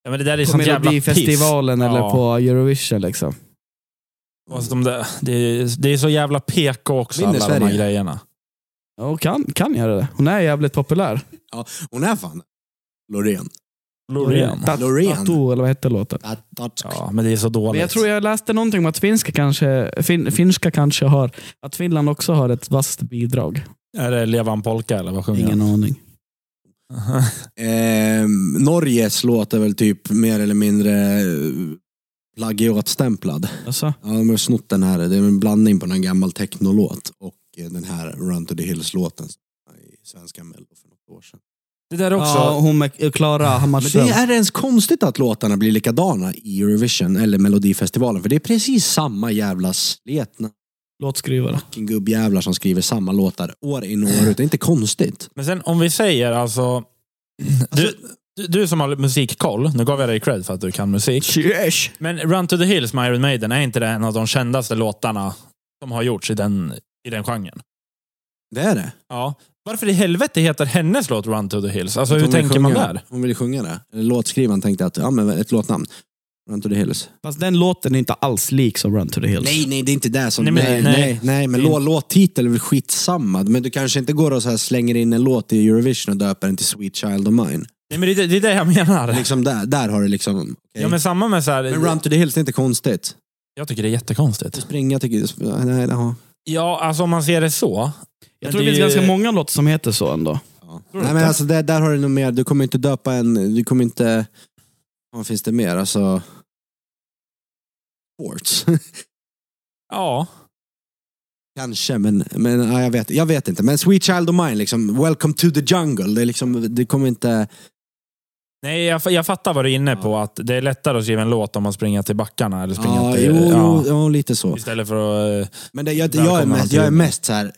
ja, men det där är
på
sånt jävla piss.
Melodifestivalen eller
Ja.
på Eurovision. Liksom.
Alltså, de där, det, är, det är så jävla PK också,
Vinner
alla de här
Sverige?
grejerna.
Ja, hon kan, kan göra det. Hon är jävligt populär.
Hon är fan Loreen.
Loreen.
Ta-
Loreen.
Tattoo, eller vad hette låten?
Att- att-
Ja, men det är så dåligt.
Men jag tror jag läste någonting om att finska kanske, fin, finska kanske har, att Finland också har ett vasst bidrag.
Är det Levan Polka eller vad sjunger
Ingen
han?
aning.
Ehm, Norges låt är väl typ mer eller mindre eh, plagiatstämplad.
Alltså,
Ja, de har snott den här. Det är en blandning på en gammal technolåt och eh, den här Run to the Hills-låten som var i svenska Mello för något år sedan.
Det där är också...
ja, hon med Klara
Men
Hammarström.
det är ens konstigt att låtarna blir likadana i Eurovision eller Melodifestivalen för det är precis samma jävla sletna
Låtskrivare.
fucking gubbjävlar som skriver samma låtar år in och år ut. Det är inte konstigt.
Men sen om vi säger alltså... Du, du, du som har musikkoll, nu gav jag dig cred för att du kan musik.
Yes.
Men Run to the Hills med Iron Maiden, är inte det en av de kändaste låtarna som har gjorts i den, i den genren?
Det är det.
Ja. Varför i helvete heter hennes låt Run to the Hills? Alltså
Att
hur
hon vill
tänker
sjunga-
man där?
Hon ville sjunga det. Eller Låtskrivaren tänkte att, ja men ett låtnamn. Run to the Hills.
Fast den låten är inte alls lik som Run to the Hills.
Nej, nej, det är inte det som...
Nej,
Nej,
men-
nej,
nej.
nej, men lå, låttitel är väl skitsamma. Men du kanske inte går och så här slänger in en låt i Eurovision och döper den till Sweet Child of Mine.
Nej, men det, är- det är det jag menar.
Liksom där, där har du liksom... okej.
Ja, men samma med så här,
men Run to the Hills, det är inte konstigt.
Jag tycker det är jättekonstigt.
Springa tycker jag... Nej, ja.
Ja, alltså om man ser det så.
Jag tror det finns ganska många låtar som heter så ändå.
Ja.
Tror du
Nej men
inte?
alltså där, där har du nog mer, du kommer inte döpa en, du kommer inte... Vad finns det mer? Alltså... Sports.
Ja.
Kanske, men, men ja, jag, vet, jag vet inte. Men Sweet Child of Mine, liksom, Welcome to the Jungle, det, är liksom, det kommer inte...
Nej, jag, fa- jag fattar vad du är inne på. Att det är lättare att skriva en låt om man springer till backarna. Eller springer
Ja,
till,
jo,
ja,
Ah, jo, ja, lite så.
Istället för att... eh,
Men det, jag, jag, är
Välkomna
mest,
till-
jag är mest så här.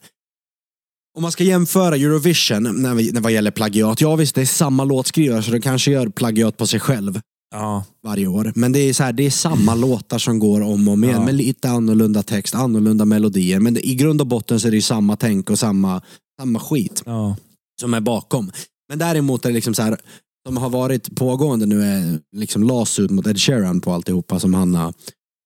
Om man ska jämföra Eurovision när, vi- när vad gäller plagiat. Ja visst, det är samma låtskrivare så den kanske gör plagiat på sig själv
Ja,
varje år. Men det är, så här, det är samma låtar som går om och om igen
Ja.
med lite annorlunda text, annorlunda melodier. Men det, i grund och botten så är det ju samma tänk och samma, samma skit
ja.
som är bakom. Men däremot är det liksom så här, som har varit pågående nu är liksom lawsuit mot Ed Sheeran på alltihopa som han har,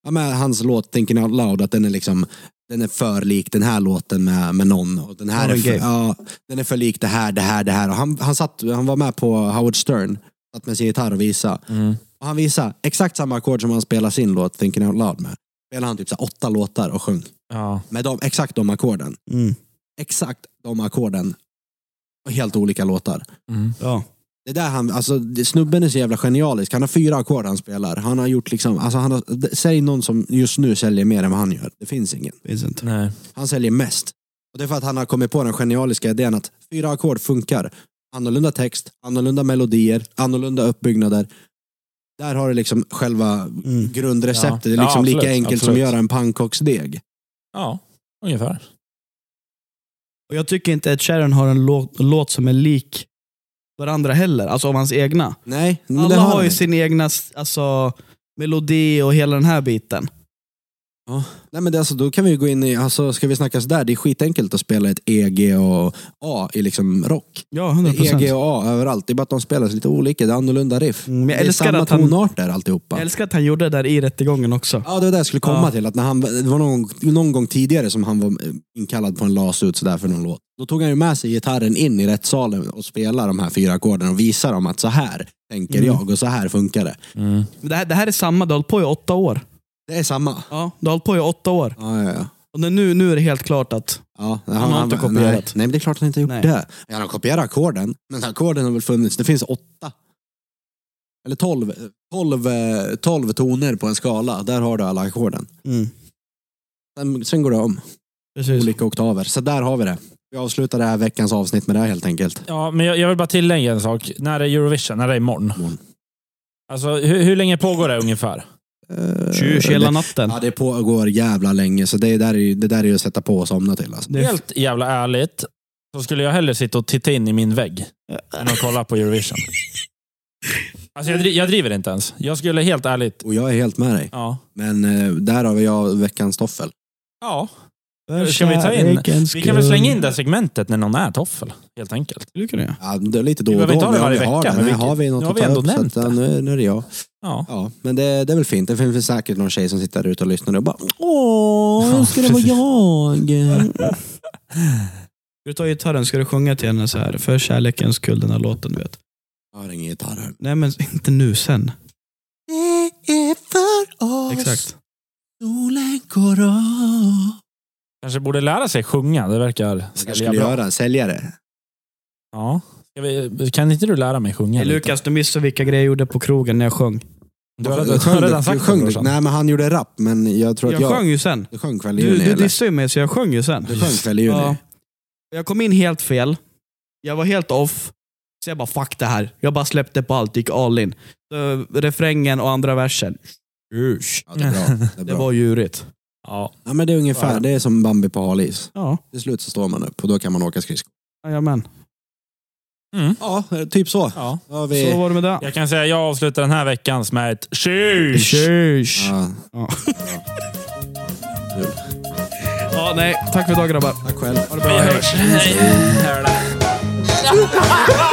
ja, men hans låt Thinking Out Loud, att den är liksom den är för lik den här låten med, med någon. Och den, här är
Marvin
för,
Gaye.
ja, den är för lik det här, det här, det här. Och han, han, satt, han var med på Howard Stern, satt med sin gitarr och visade.
Mm.
Och han visade exakt samma ackord som han spelar sin låt Thinking Out Loud med. Spelade han typ så här åtta låtar och sjöng
ja.
med de, exakt de ackorden.
Mm.
Exakt de ackorden. Och helt olika låtar.
Mm.
Ja.
Det där han, alltså, det- snubben är så jävla genialisk. Han har fyra ackord han spelar. Han har gjort liksom, alltså, han har, d- säg någon som just nu säljer mer än vad han gör. Det finns ingen.
Finns inte.
Nej.
Han säljer mest. Och det är för att han har kommit på den genialiska idén att fyra ackord funkar. Annorlunda text, annorlunda melodier, annorlunda uppbyggnader. Där har du liksom själva
Mm.
grundreceptet.
Ja.
Det är liksom
Ja, absolut,
lika enkelt som att
absolut.
göra en pannkaksdeg.
Ja, ungefär.
Och jag tycker inte att Sharon har en låt, låt som är lik varandra heller. Alltså om hans egna.
Nej, men det
Alla har
han
ju
inte.
sin egna alltså, melodi och hela den här biten.
Nej men det, är alltså, då kan vi ju gå in i, alltså, ska vi snacka sådär, det är skitenkelt att spela ett EG och A i liksom rock.
Ja,
Det
E
är EG och A överallt. Det är bara att de spelas lite olika. Det är annorlunda riff.
Mm, men jag
det är
älskar
samma
att han-
tonarter
Jag
alltihopa.
älskar att han gjorde det där i rättegången också.
Ja, det var det jag skulle komma
Ja.
till. Att när han, det var någon, någon gång tidigare som han var eh, inkallad på en lasut sådär för någon låt. Då tog han ju med sig gitarren in i rättssalen och spelade de här fyra ackorden och visade dem att så här tänker
Mm.
jag och så här funkar det.
Mm.
Men Det här, det här är samma, du har hållit på i åtta år.
Det är samma.
Ja, du har hållit på i åtta år.
Ja, ja, ja.
Och det- nu, nu är det helt klart att...
Ja,
har inte kopierat.
Nej, nej, men det är klart att han inte har gjort
Nej.
det. Han har kopierat ackorden, men ackorden har väl funnits. Det finns åtta. Eller tolv, tolv, eh, tolv toner på en skala. Där har du alla ackorden. Sen, sen går det om.
Precis.
Olika oktaver. Så där har vi det. Vi avslutar det här veckans avsnitt med det här helt enkelt.
Ja, men jag, jag vill bara tillägga en sak. När är Eurovision? När är det imorgon?
Imorgon.
Alltså, hur, hur länge pågår det ungefär?
Tjus hela natten.
Ja, det pågår jävla länge, så det där är, ju- det där är ju att sätta på och somna till. Alltså.
Det är,
Helt jävla ärligt, så skulle jag hellre sitta och titta in i min vägg än att kolla på Eurovision. Alltså, jag, dri- jag driver inte ens. Jag skulle helt ärligt...
Och jag är helt med dig.
Ja.
Men eh, där har jag veckans toffel.
Ja. Ska vi ta in- Vi kan väl slänga in det segmentet när någon är toffel, helt enkelt.
Skulle kunna göra.
Ja, det är lite då
Vi
och
behöver
då.
inte ha det
men om vi
varje
har
vecka,
det.
men
Nej,
vi-
har vi något
nu har
att
vi
ta
ändå
upp, så
nämnt
att, ja, nu, nu är det jag.
Ja.
Ja, men det, det är väl fint. Det finns säkert någon tjej som sitter där ute och lyssnar och bara
Åh,
Ja,
önskar det var
precis.
jag.
Ska du ta gitarren, ska du sjunga till henne så här för kärlekens skull, den här låten du vet.
Jag har ingen gitarr här.
Nej men inte nu, sen.
Det är för oss.
Exakt.
Solen går av.
Kanske borde lära sig sjunga. Det verkar
Jag
sälja
kanske skulle
bra.
göra en säljare.
Ja. Ska vi, kan inte du lära mig sjunga?
Hey,
lite?
Lukas, du missade vilka grejer jag gjorde på krogen när jag sjöng.
Du har, du
Jag
har
sjöng
redan
det-
sagt
sjöng
det,
det.
brorsan.
Nej, men han gjorde rap, men jag tror att jag...
Jag sjöng ju sen.
Du sjöng kväll i
Du,
juni,
du
eller?
dissade ju mig så jag sjöng ju sen.
Du sjöng kväll i juni?
Ja. Jag kom in helt fel. Jag var helt off. Så jag bara fuck det här. Jag bara släppte på allt, gick all in. Så, refrängen och andra versen. Usch.
Ja, det är bra. Det är
Det
bra.
var djurigt.
Ja.
Ja, men det är ungefär, det är som Bambi på hal is.
Ja,
Till slut så står man upp och då kan man åka skridskor.
jajamän.
Mm.
Ja, eh, typ så.
ja.
Då har
Så
vi...
var det med det.
Jag kan säga att jag avslutar den här veckans med ett tjus!
Tjus.
Ja,
Ja.
kul.
ja, nej. Tack för idag grabbar.
Tack själv.
Ha det bra.
Vi hörs. Hej. Hej då.